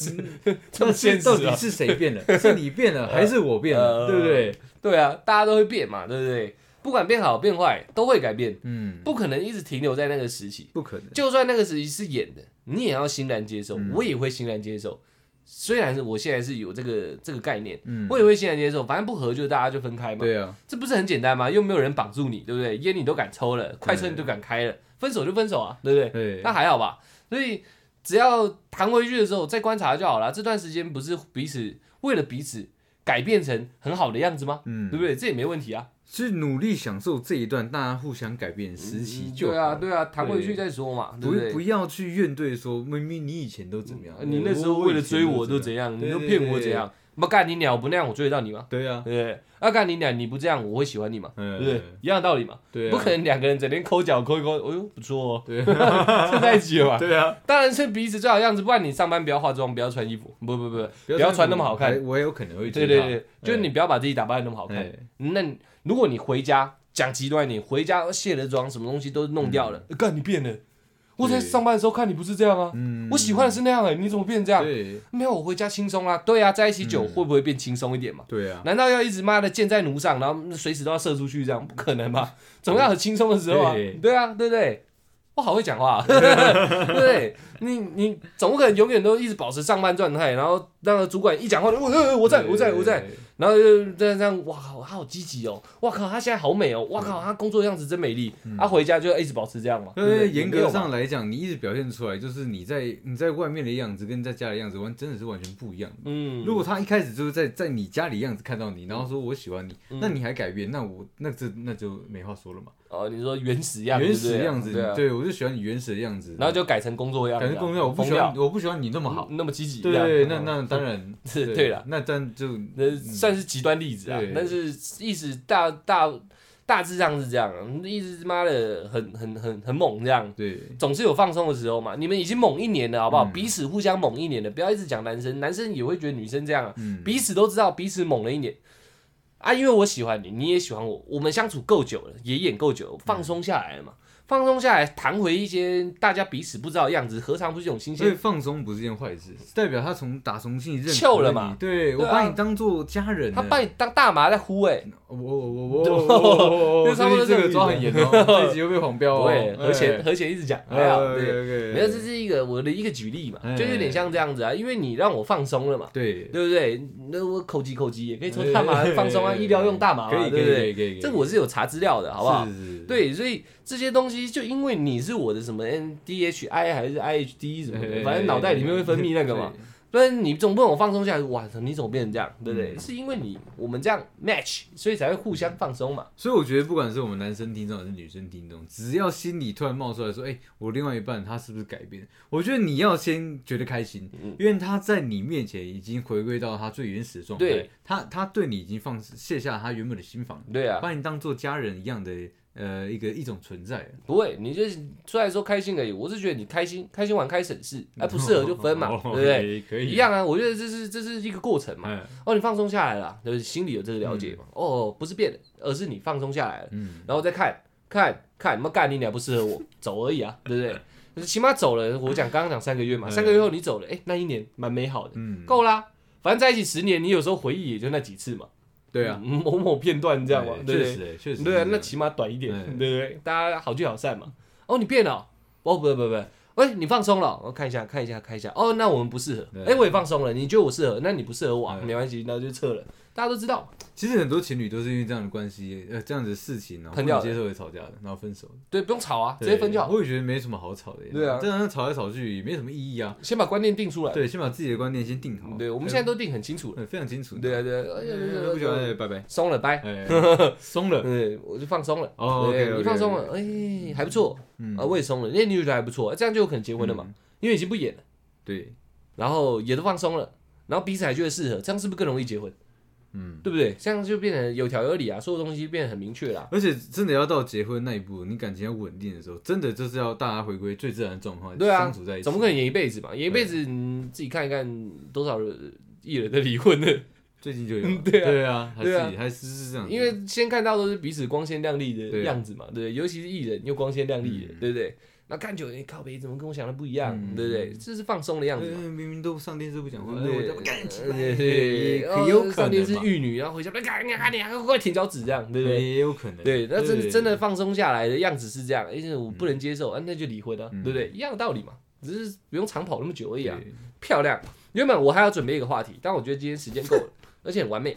[SPEAKER 1] 这么
[SPEAKER 2] 但
[SPEAKER 1] 现
[SPEAKER 2] 是
[SPEAKER 1] 实
[SPEAKER 2] 到底
[SPEAKER 1] 啊？
[SPEAKER 2] 是谁变了？是
[SPEAKER 1] [laughs]
[SPEAKER 2] 你变了，还是我变了？
[SPEAKER 1] 呃
[SPEAKER 2] 对不对？
[SPEAKER 1] 对啊，大家都会变嘛，对不对？不管变好变坏，都会改变，
[SPEAKER 2] 嗯，
[SPEAKER 1] 不可能一直停留在那个时期。
[SPEAKER 2] 不可能。
[SPEAKER 1] 就算那个时期是演的，你也要欣然接受，我也会欣然接受。虽然是我现在是有这个这个概念，
[SPEAKER 2] 嗯，
[SPEAKER 1] 我也会欣然接受，反正不合就大家就分开嘛。
[SPEAKER 2] 对啊，
[SPEAKER 1] 这不是很简单吗？又没有人绑住你，对不对？烟你都敢抽了，快车你都敢开了，分手就分手啊，对不对？
[SPEAKER 2] 对
[SPEAKER 1] 那还好吧。所以只要弹回去的时候再观察就好了。这段时间不是彼此为了彼此改变成很好的样子吗？
[SPEAKER 2] 嗯
[SPEAKER 1] 对不对？这也没问题啊。
[SPEAKER 2] 是努力享受这一段大家互相改变的时期就好
[SPEAKER 1] 对啊，对啊，弹回
[SPEAKER 2] 对
[SPEAKER 1] 去再说嘛，对
[SPEAKER 2] 不
[SPEAKER 1] 对？
[SPEAKER 2] 不要去怨对说，明明你以前都怎么样
[SPEAKER 1] 呃，你那时候为了追我都怎
[SPEAKER 2] 样，
[SPEAKER 1] 样，
[SPEAKER 2] 对
[SPEAKER 1] 你
[SPEAKER 2] 对
[SPEAKER 1] 都骗我
[SPEAKER 2] 对
[SPEAKER 1] 怎样？妈干你鸟不那样，我追得到你吗？
[SPEAKER 2] 对啊
[SPEAKER 1] 对，不对？啊干你鸟，你不这样，我会喜欢你吗？对不对
[SPEAKER 2] 嗯，？
[SPEAKER 1] 一样的道理嘛。
[SPEAKER 2] 对啊，
[SPEAKER 1] 不可能两个人整天抠脚抠一抠，哎呦不错哦，
[SPEAKER 2] 对 [laughs]
[SPEAKER 1] 就在一起了嘛。
[SPEAKER 2] 对啊，
[SPEAKER 1] 当然是彼此最好的样子，不然你上班不要化妆，不要穿衣服，不不不，啊不要穿那么好
[SPEAKER 2] 我
[SPEAKER 1] 看。
[SPEAKER 2] 也我也有可能会
[SPEAKER 1] 对
[SPEAKER 2] 追
[SPEAKER 1] 对
[SPEAKER 2] 哎他
[SPEAKER 1] 对，就是你不要把自己打扮得那么好看。
[SPEAKER 2] 哎
[SPEAKER 1] 那你如果你回家讲极端一点，回家卸了妆，什么东西都弄掉了，干你变了。我在
[SPEAKER 2] 对
[SPEAKER 1] 上班的时候看你不是这样啊，
[SPEAKER 2] 嗯
[SPEAKER 1] 我喜欢的是那样哎，你怎么变这样？
[SPEAKER 2] 对
[SPEAKER 1] 没有，我回家轻松啦。对啊，在一起久会不会变轻松一点嘛？
[SPEAKER 2] 对啊，
[SPEAKER 1] 难道要一直妈的箭在弩上，然后随时都要射出去这样？不可能
[SPEAKER 2] [laughs]
[SPEAKER 1] 吧？总要有轻松的时候啊
[SPEAKER 2] 对，
[SPEAKER 1] 对啊，对不对？我好会讲
[SPEAKER 2] [laughs]
[SPEAKER 1] 话、啊， [laughs] 对不对？你你总不可能永远都一直保持上班状态，然后那个主管一讲话，我呃我我在我在我在，，然后就这样这样，哇靠，他好积极哦，哇靠，他现在好美哦，哇靠，他工作样子真美丽，
[SPEAKER 2] 嗯
[SPEAKER 1] 他、回家就一直保持这样嘛，
[SPEAKER 2] 因
[SPEAKER 1] 对不
[SPEAKER 2] 为
[SPEAKER 1] 对？
[SPEAKER 2] 严
[SPEAKER 1] 没
[SPEAKER 2] 格
[SPEAKER 1] 有嘛
[SPEAKER 2] 上来讲，你一直表现出来，就是你在你在外面的样子跟在家的样子完真的是完全不一样的。
[SPEAKER 1] 嗯，
[SPEAKER 2] 如果他一开始就是在在你家里样子看到你，然后说我喜欢你，
[SPEAKER 1] 嗯
[SPEAKER 2] 那你还改变，那我那这那就没话说了嘛。
[SPEAKER 1] 哦，你说原始样子，
[SPEAKER 2] 原始
[SPEAKER 1] 对不对
[SPEAKER 2] 样子，
[SPEAKER 1] 对啊，
[SPEAKER 2] 对我就喜欢你原始的样子。
[SPEAKER 1] 然后就改成工作样
[SPEAKER 2] 感
[SPEAKER 1] 子啊，
[SPEAKER 2] 觉公调，我不
[SPEAKER 1] 疯
[SPEAKER 2] 喜
[SPEAKER 1] 掉嗯
[SPEAKER 2] 欢，我不喜欢你那么好。
[SPEAKER 1] 那么积极这
[SPEAKER 2] 对
[SPEAKER 1] 样，
[SPEAKER 2] 对，那
[SPEAKER 1] 嗯
[SPEAKER 2] 那当然
[SPEAKER 1] [laughs] 是对了，
[SPEAKER 2] 啊那但就
[SPEAKER 1] 那算是极端例子啊，
[SPEAKER 2] 对
[SPEAKER 1] 但是意思大大大致上是这样、啊，意思妈的很很很很猛这样，
[SPEAKER 2] 对
[SPEAKER 1] 总是有放松的时候嘛。你们已经猛一年了，好不好？
[SPEAKER 2] 嗯
[SPEAKER 1] 彼此互相猛一年了，不要一直讲男生，男生也会觉得女生这样啊，
[SPEAKER 2] 嗯
[SPEAKER 1] 彼此都知道彼此猛了一年啊，因为我喜欢你，你也喜欢我，我们相处够久了，也演够久了，放松下来了嘛。放松下来，谈回一些大家彼此不知道的样子，何尝不是一种新
[SPEAKER 2] 所以
[SPEAKER 1] 鲜？
[SPEAKER 2] 放松不是件坏事，代表他从打从心里认可
[SPEAKER 1] 翘了
[SPEAKER 2] 你
[SPEAKER 1] 嘛
[SPEAKER 2] 对我
[SPEAKER 1] 对啊
[SPEAKER 2] 把你当做家人
[SPEAKER 1] 他
[SPEAKER 2] 呢，
[SPEAKER 1] 把你当大麻在呼哎、
[SPEAKER 2] 我我我
[SPEAKER 1] [laughs]
[SPEAKER 2] 我我
[SPEAKER 1] 就
[SPEAKER 2] 我，
[SPEAKER 1] 差不多
[SPEAKER 2] 这
[SPEAKER 1] 这
[SPEAKER 2] 个
[SPEAKER 1] 个
[SPEAKER 2] 抓
[SPEAKER 1] 意思
[SPEAKER 2] 很严
[SPEAKER 1] [laughs]
[SPEAKER 2] 哦，这一集又被黄标
[SPEAKER 1] 不
[SPEAKER 2] 哦
[SPEAKER 1] 会，，和
[SPEAKER 2] 哎
[SPEAKER 1] 弦和弦一直讲，还好，
[SPEAKER 2] 哎
[SPEAKER 1] 对。
[SPEAKER 2] ，OK，OK
[SPEAKER 1] 没有，这是一个我的一个举例嘛，
[SPEAKER 2] 哎
[SPEAKER 1] 就有点像这样子啊，因为你让我放松了嘛，
[SPEAKER 2] 对，
[SPEAKER 1] 对不对？那我口急口急也可以抽大麻
[SPEAKER 2] 哎 [laughs]
[SPEAKER 1] 放松啊，医疗用大麻嘛，
[SPEAKER 2] 可以可
[SPEAKER 1] 对
[SPEAKER 2] 以
[SPEAKER 1] 不
[SPEAKER 2] 可以
[SPEAKER 1] 对？
[SPEAKER 2] 可以，
[SPEAKER 1] 这我是有查资料的，好不好？
[SPEAKER 2] 是是是
[SPEAKER 1] 对，所以这些东西就因为你是我的什么 NDHI 还是 IHD 什么
[SPEAKER 2] 哎
[SPEAKER 1] 的，反正脑袋里面会分泌那个嘛。但是你总不能我放松下来，哇，你怎么变成这样，对
[SPEAKER 2] 嗯
[SPEAKER 1] 不对？是因为你我们这样 match，所以才会互相放松嘛。
[SPEAKER 2] 所以我觉得，不管是我们男生听众还是女生听众，只要心里突然冒出来说：“哎、我另外一半他是不是改变？”我觉得你要先觉得开心，
[SPEAKER 1] 嗯
[SPEAKER 2] 因为他在你面前已经回归到他最原始的状态
[SPEAKER 1] 对，
[SPEAKER 2] 他他对你已经放卸下他原本的心防，
[SPEAKER 1] 对啊，
[SPEAKER 2] 把你当做家人一样的呃一个一种存在了。
[SPEAKER 1] 不会，你就是虽然说开心而已，我是觉得你开心，开心完开省
[SPEAKER 2] [laughs]
[SPEAKER 1] 事，哎、不适合就分嘛，对不对？
[SPEAKER 2] 对？哦可以
[SPEAKER 1] 一。样啊，我觉得这是这是一个过程嘛。
[SPEAKER 2] 哎嗯
[SPEAKER 1] 哦，你放松下来了，就是心里有这个了解嘛。哦，不是变了，而是你放松下来了，
[SPEAKER 2] 嗯，
[SPEAKER 1] 然后再看看看，妈干你俩不适合
[SPEAKER 2] [laughs]
[SPEAKER 1] 我，走而已啊，对不对？就是起码走了，我讲刚刚讲三个月嘛，
[SPEAKER 2] 嗯
[SPEAKER 1] 三个月后你走了，哎，那一年蛮美好的，
[SPEAKER 2] 嗯
[SPEAKER 1] 够啦。反正在一起十年，你有时候回忆也就那几次嘛，
[SPEAKER 2] 对啊，
[SPEAKER 1] 嗯某某片段这样嘛，对不对？
[SPEAKER 2] 确实欸，确实是这
[SPEAKER 1] 对啊
[SPEAKER 2] 样，，
[SPEAKER 1] 那起码短一点，
[SPEAKER 2] 嗯
[SPEAKER 1] 对不对？大家好聚好散嘛。哦，你变了哦，哦不不不，喂，你放松了哦，我看一下看一下看一下。哦，那我们不适合。
[SPEAKER 2] 对
[SPEAKER 1] 哎，我也放松了，你觉得我适合，那你不适合我啊，
[SPEAKER 2] 嗯
[SPEAKER 1] 没关系，那就撤了。大家都知道，
[SPEAKER 2] 其实很多情侣都是因为这样的关系，呃，这样子的事情，然后
[SPEAKER 1] 喷
[SPEAKER 2] 不
[SPEAKER 1] 掉
[SPEAKER 2] 能
[SPEAKER 1] 了
[SPEAKER 2] 接受也吵架的，然后分手的，
[SPEAKER 1] 对，不用吵啊，直接分就好。
[SPEAKER 2] 我也觉得没什么好吵的，
[SPEAKER 1] 对啊
[SPEAKER 2] 这样吵来吵去也没什么意义啊。
[SPEAKER 1] 先把观念定出来。
[SPEAKER 2] 对，先把自己的观念先定好。
[SPEAKER 1] 对，我们现在都定很清楚了。
[SPEAKER 2] 呃非常清楚。
[SPEAKER 1] 对
[SPEAKER 2] 啊，
[SPEAKER 1] 啊对啊哎呀对啊，
[SPEAKER 2] 不喜欢
[SPEAKER 1] 对
[SPEAKER 2] 哎
[SPEAKER 1] 啊
[SPEAKER 2] 拜拜，
[SPEAKER 1] 松了掰。
[SPEAKER 2] 哎，
[SPEAKER 1] [laughs]
[SPEAKER 2] 松了。
[SPEAKER 1] 对，我就放松了。
[SPEAKER 2] 哦
[SPEAKER 1] 对
[SPEAKER 2] OK，OK，OK
[SPEAKER 1] 你放松了，哎，还不错
[SPEAKER 2] 嗯
[SPEAKER 1] 啊，我也松了，那你就觉得还不错，这样就有可能结婚了嘛，因为已经不演了。
[SPEAKER 2] 对，
[SPEAKER 1] 然后也都放松了，然后彼此还觉得适合，这样是不是更容易结婚？
[SPEAKER 2] 嗯，
[SPEAKER 1] 对不对？这样就变成有条有理啊，所有东西变得很明确啦。
[SPEAKER 2] 而且真的要到结婚那一步，你感情要稳定的时候，真的就是要大家回归最自然的状况，
[SPEAKER 1] 对啊
[SPEAKER 2] 相处在一，起。
[SPEAKER 1] 怎么可能演一辈子嘛？演一辈子，你自己看一看多少人艺人的离婚呢？
[SPEAKER 2] 最近就有了。
[SPEAKER 1] [laughs] 对啊
[SPEAKER 2] 对啊，还
[SPEAKER 1] 对啊
[SPEAKER 2] 是还是是这样子。
[SPEAKER 1] 因为先看到都是彼此光鲜亮丽的
[SPEAKER 2] 对啊
[SPEAKER 1] 样子嘛，对不对？尤其是艺人又光鲜亮丽的，对不对？那看久了，哎靠北怎么跟我想的不一样，
[SPEAKER 2] 嗯
[SPEAKER 1] 对不对？这是放松的样子嘛。
[SPEAKER 2] 呃明明都上电视不讲话，那我
[SPEAKER 1] 对
[SPEAKER 2] 就干起来
[SPEAKER 1] 对对，哦
[SPEAKER 2] 也有可能
[SPEAKER 1] 上电视
[SPEAKER 2] 嘛
[SPEAKER 1] 玉女，然后回家，赶紧赶紧，快舔脚趾这样，对不对？
[SPEAKER 2] 也有可能。
[SPEAKER 1] 对，那真
[SPEAKER 2] 对嗯
[SPEAKER 1] 真的放松下来的样子是这样，因为我不能接受，啊，那就离婚啊，对不对？一样的道理嘛，只是不用长跑那么久而已啊。
[SPEAKER 2] 对
[SPEAKER 1] 漂亮，原本我还要准备一个话题，但我觉得今天时间够
[SPEAKER 2] [laughs]
[SPEAKER 1] 了，而且很完美，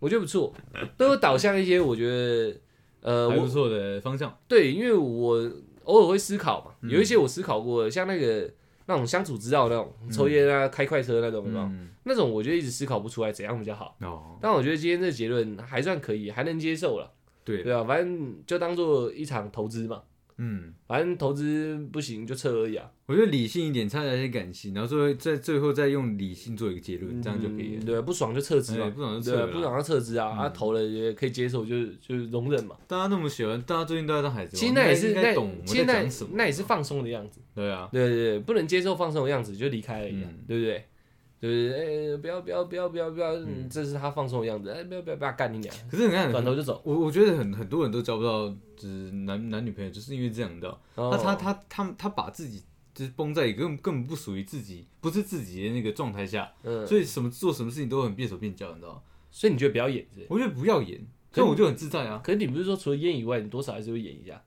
[SPEAKER 1] 我觉得不错，都有导向一些我觉得，呃，
[SPEAKER 2] 还不
[SPEAKER 1] 我
[SPEAKER 2] 错的方向。
[SPEAKER 1] 对，因为我偶尔会思考嘛，
[SPEAKER 2] 嗯
[SPEAKER 1] 有一些我思考过的，像那个那种相处之道那种，抽烟啊、开快车那种，有没有
[SPEAKER 2] 嗯，
[SPEAKER 1] 那种我就一直思考不出来怎样比较好。
[SPEAKER 2] 哦，
[SPEAKER 1] 但我觉得今天这个结论还算可以，还能接受了。
[SPEAKER 2] 对，
[SPEAKER 1] 对啊，反正就当做一场投资嘛，
[SPEAKER 2] 嗯，
[SPEAKER 1] 反正投资不行就撤而已啊，
[SPEAKER 2] 我觉得理性一点，掺杂一些感性，然后最后在最后再用理性做一个结论，这样就可以
[SPEAKER 1] 嗯
[SPEAKER 2] 了。
[SPEAKER 1] 对啊，不爽就撤资
[SPEAKER 2] 哎
[SPEAKER 1] 嘛，
[SPEAKER 2] 不爽就撤
[SPEAKER 1] 对啊
[SPEAKER 2] 了啦嗯
[SPEAKER 1] 不爽就撤资啊，啊投了也可以接受，就是就是容忍嘛。
[SPEAKER 2] 大家那么喜欢，大家最近都在当海贼王，
[SPEAKER 1] 其实那也是
[SPEAKER 2] 应该
[SPEAKER 1] 那
[SPEAKER 2] 啊懂我们
[SPEAKER 1] 其实
[SPEAKER 2] 在
[SPEAKER 1] 那
[SPEAKER 2] 讲什么。啊
[SPEAKER 1] 那也是放松的样子，
[SPEAKER 2] 对啊，
[SPEAKER 1] 对对对，不能接受放松的样子就离开了一样
[SPEAKER 2] 嗯，
[SPEAKER 1] 对不对？就是哎不要不要不要不要不要，嗯这是他放松的样子，哎不要不要不要干
[SPEAKER 2] [laughs]
[SPEAKER 1] 你俩，
[SPEAKER 2] 可是你看，
[SPEAKER 1] 转头就走。
[SPEAKER 2] 我我觉得很很多人都交不到就是男男女朋友，就是因为这样的哦。
[SPEAKER 1] 哦
[SPEAKER 2] 那他他他他把自己就是绷在一个根本根本不属于自己，不是自己的那个状态下，
[SPEAKER 1] 嗯，
[SPEAKER 2] 所以什么做什么事情都很变手变脚，你知道吗？
[SPEAKER 1] 所以你觉得不要演是不是？
[SPEAKER 2] 我觉得不要演，
[SPEAKER 1] 可
[SPEAKER 2] 所以我就很自在啊。
[SPEAKER 1] 可是你不是说除了演以外，你多少还是会演一下？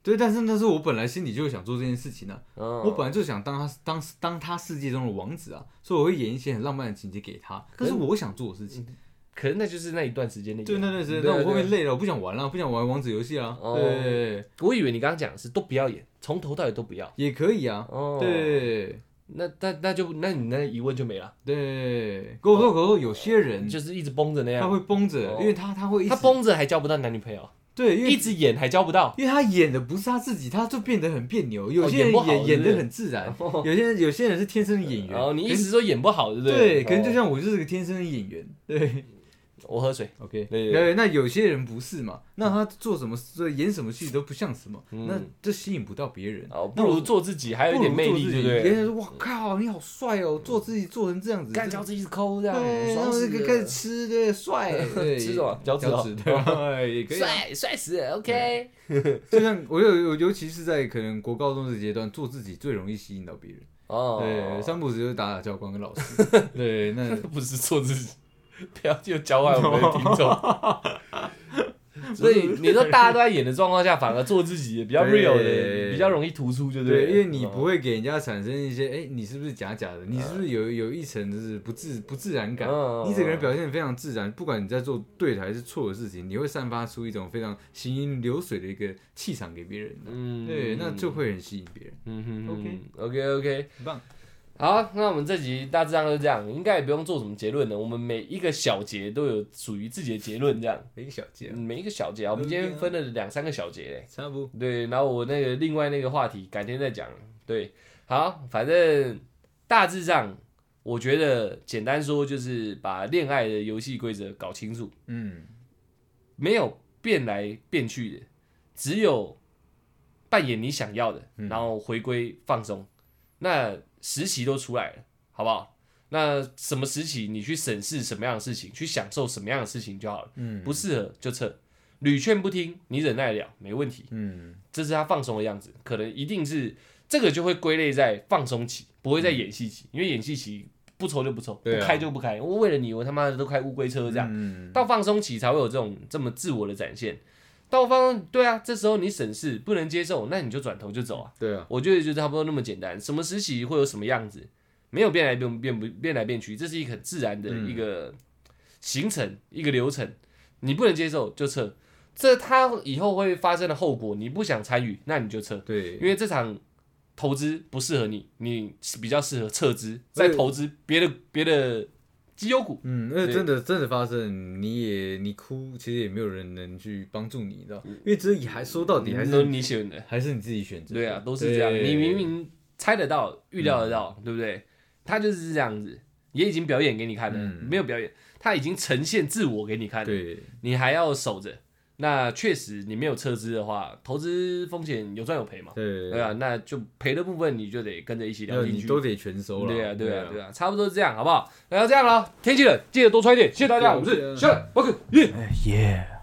[SPEAKER 2] 对，但是那是我本来心里就想做这件事情啊，我
[SPEAKER 1] 我
[SPEAKER 2] 本来就想当他当当他世界中的王子啊，所以我会演一些很浪漫的情节给他，
[SPEAKER 1] 可
[SPEAKER 2] 那
[SPEAKER 1] 是
[SPEAKER 2] 是我想做的事情。
[SPEAKER 1] 可能那就是那一段时间的演。
[SPEAKER 2] 对，那段时间，
[SPEAKER 1] 对啊
[SPEAKER 2] 那我后
[SPEAKER 1] 对啊
[SPEAKER 2] 面累了，我不想玩了，不想玩王子游戏啊。
[SPEAKER 1] 哦
[SPEAKER 2] 对，
[SPEAKER 1] 我以为你刚刚讲的是都不要演，从头到尾都不要。
[SPEAKER 2] 也可以啊。
[SPEAKER 1] 哦，，
[SPEAKER 2] 对
[SPEAKER 1] 那那那就那你那疑问就没了，
[SPEAKER 2] 对，狗狗狗狗，有些人
[SPEAKER 1] 就是一直绷着那
[SPEAKER 2] 他
[SPEAKER 1] 样。
[SPEAKER 2] 会绷着
[SPEAKER 1] 哦，
[SPEAKER 2] 因为他他会一直
[SPEAKER 1] 他，绷着还交不到男女朋友，
[SPEAKER 2] 对，因
[SPEAKER 1] 一
[SPEAKER 2] 为
[SPEAKER 1] 直演还交不到。
[SPEAKER 2] 因为他演的不是他自己，他就变得很别扭。有些
[SPEAKER 1] 哦演
[SPEAKER 2] 人
[SPEAKER 1] 不好
[SPEAKER 2] 演
[SPEAKER 1] 是
[SPEAKER 2] 演
[SPEAKER 1] 不是
[SPEAKER 2] 的很自然，有些人有些人是天生的演
[SPEAKER 1] 然后哦
[SPEAKER 2] 员。
[SPEAKER 1] 你一直说演不好，对不
[SPEAKER 2] 对，
[SPEAKER 1] 对？
[SPEAKER 2] 可能就
[SPEAKER 1] 哦
[SPEAKER 2] 像我就是个天生的演员，对。
[SPEAKER 1] 我喝水，
[SPEAKER 2] OK，
[SPEAKER 1] 对
[SPEAKER 2] 对，那有些人不是嘛？那他做什么事、演什么戏都不像什么，
[SPEAKER 1] 嗯
[SPEAKER 2] 那这吸引不到别人。
[SPEAKER 1] 哦，不如做自己，还有一
[SPEAKER 2] 不
[SPEAKER 1] 点
[SPEAKER 2] 如
[SPEAKER 1] 魅
[SPEAKER 2] 做
[SPEAKER 1] 力，
[SPEAKER 2] 自
[SPEAKER 1] 对
[SPEAKER 2] 己，
[SPEAKER 1] 不
[SPEAKER 2] 别
[SPEAKER 1] 对？
[SPEAKER 2] 人说：“哇靠，你好帅哦！”做自己做成这样子，
[SPEAKER 1] 干
[SPEAKER 2] 这
[SPEAKER 1] 脚趾一直抠这样，
[SPEAKER 2] 对，然
[SPEAKER 1] 爽
[SPEAKER 2] 后
[SPEAKER 1] 死
[SPEAKER 2] 就开始
[SPEAKER 1] 了，
[SPEAKER 2] 吃，对，帅，
[SPEAKER 1] [laughs]
[SPEAKER 2] 对，
[SPEAKER 1] 吃什么脚趾哦
[SPEAKER 2] 脚趾对，
[SPEAKER 1] [laughs]
[SPEAKER 2] 哎也可以啊。
[SPEAKER 1] 帅帅死了，OK。
[SPEAKER 2] 就像我有，我尤其是在可能国高中的阶段，做自己最容易吸引到别人。
[SPEAKER 1] 哦，
[SPEAKER 2] 对，三不五时就打打教官跟老师。
[SPEAKER 1] [laughs]
[SPEAKER 2] 对，那 [laughs]
[SPEAKER 1] 不是做自己，不要就教坏我们的听众。所以你说大家都在演的状况下，反而做自己也比较 real 的，
[SPEAKER 2] 对
[SPEAKER 1] 比较容易突出，就对
[SPEAKER 2] 对，
[SPEAKER 1] 了。
[SPEAKER 2] 因为你不
[SPEAKER 1] 嗯
[SPEAKER 2] 会给人家产生一些，哎、你是不是假假的？你是
[SPEAKER 1] 啊
[SPEAKER 2] 不是有有一层就是不自不自然感？
[SPEAKER 1] 嗯
[SPEAKER 2] 你整个人表现得非常自然，不管你在做对的还是错的事情，你会散发出一种非常行云流水的一个气场给别人的。
[SPEAKER 1] 嗯
[SPEAKER 2] 对，那就会很吸引别人，
[SPEAKER 1] 嗯哼
[SPEAKER 2] OK
[SPEAKER 1] OK OK，
[SPEAKER 2] 很棒。
[SPEAKER 1] 好，那我们这集大致上就这样，应该也不用做什么结论了。我们每一个小节都有属于自己的结论，这样
[SPEAKER 2] 一个小节、
[SPEAKER 1] 每一个小节啊，我
[SPEAKER 2] 嗯
[SPEAKER 1] 们今天分了两三个小节嘞。
[SPEAKER 2] 差不多。
[SPEAKER 1] 对，然后我那个另外那个话题改天再讲。对，好，反正大致上，我觉得简单说就是把恋爱的游戏规则搞清楚，
[SPEAKER 2] 嗯，
[SPEAKER 1] 没有变来变去的，只有扮演你想要的，
[SPEAKER 2] 嗯
[SPEAKER 1] 然后回归放松。那实习都出来了，好不好？那什么时期你去审视什么样的事情，去享受什么样的事情就好了。
[SPEAKER 2] 嗯
[SPEAKER 1] 不适合就撤，屡劝不听，你忍耐得了没问题。
[SPEAKER 2] 嗯，
[SPEAKER 1] 这是他放松的样子，可能一定是这个就会归类在放松期，不会在演戏期，因为演戏期不抽就不抽，不
[SPEAKER 2] 对啊
[SPEAKER 1] 开就不开，我为了你，我他妈的都开乌龟车这样。
[SPEAKER 2] 嗯
[SPEAKER 1] 到放松期才会有这种这么自我的展现。到放松，对啊，这时候你审视不能接受，那你就转头就走啊。
[SPEAKER 2] 对啊，
[SPEAKER 1] 我觉得就差不多那么简单。什么时期会有什么样子，没有变来变变不变来变去，这是一个很自然的
[SPEAKER 2] 嗯
[SPEAKER 1] 一个形成、一个流程。你不能接受就撤，这它以后会发生的后果，你不想参与，那你就撤，因
[SPEAKER 2] 对，
[SPEAKER 1] 为这场投资不适合你，你比较适合撤资，再
[SPEAKER 2] 对
[SPEAKER 1] 投资别的别的绩优股。
[SPEAKER 2] 嗯，那
[SPEAKER 1] 对
[SPEAKER 2] 真的真的发生，你也你哭，其实也没有人能去帮助你，你知
[SPEAKER 1] 嗯
[SPEAKER 2] 道？因为这还说到底还
[SPEAKER 1] 都
[SPEAKER 2] 是
[SPEAKER 1] 你选的，
[SPEAKER 2] 还是你自己选
[SPEAKER 1] 嗯
[SPEAKER 2] 择。
[SPEAKER 1] 对啊，都是这样。
[SPEAKER 2] 对嗯
[SPEAKER 1] 你明明猜得到、预料得到，对不对？他就是这样子，也已经表演给你看了，
[SPEAKER 2] 嗯
[SPEAKER 1] 没有表演，他已经呈现自我给你看了，
[SPEAKER 2] 对，
[SPEAKER 1] 你还要守着。那确实，你没有撤资的话，投资风险有赚有赔嘛。
[SPEAKER 2] 对
[SPEAKER 1] 对啊，，那就赔的部分你就得跟着一起聊
[SPEAKER 2] 那
[SPEAKER 1] 进
[SPEAKER 2] 你
[SPEAKER 1] 去。
[SPEAKER 2] 都得全收了。
[SPEAKER 1] 对啊，对啊，对啊，差不多是这样，好不好？那就这样了，天气冷，记得多穿一点。谢谢大家，我们是
[SPEAKER 2] 啊对啊
[SPEAKER 1] 夏 o k 耶。
[SPEAKER 3] 耶。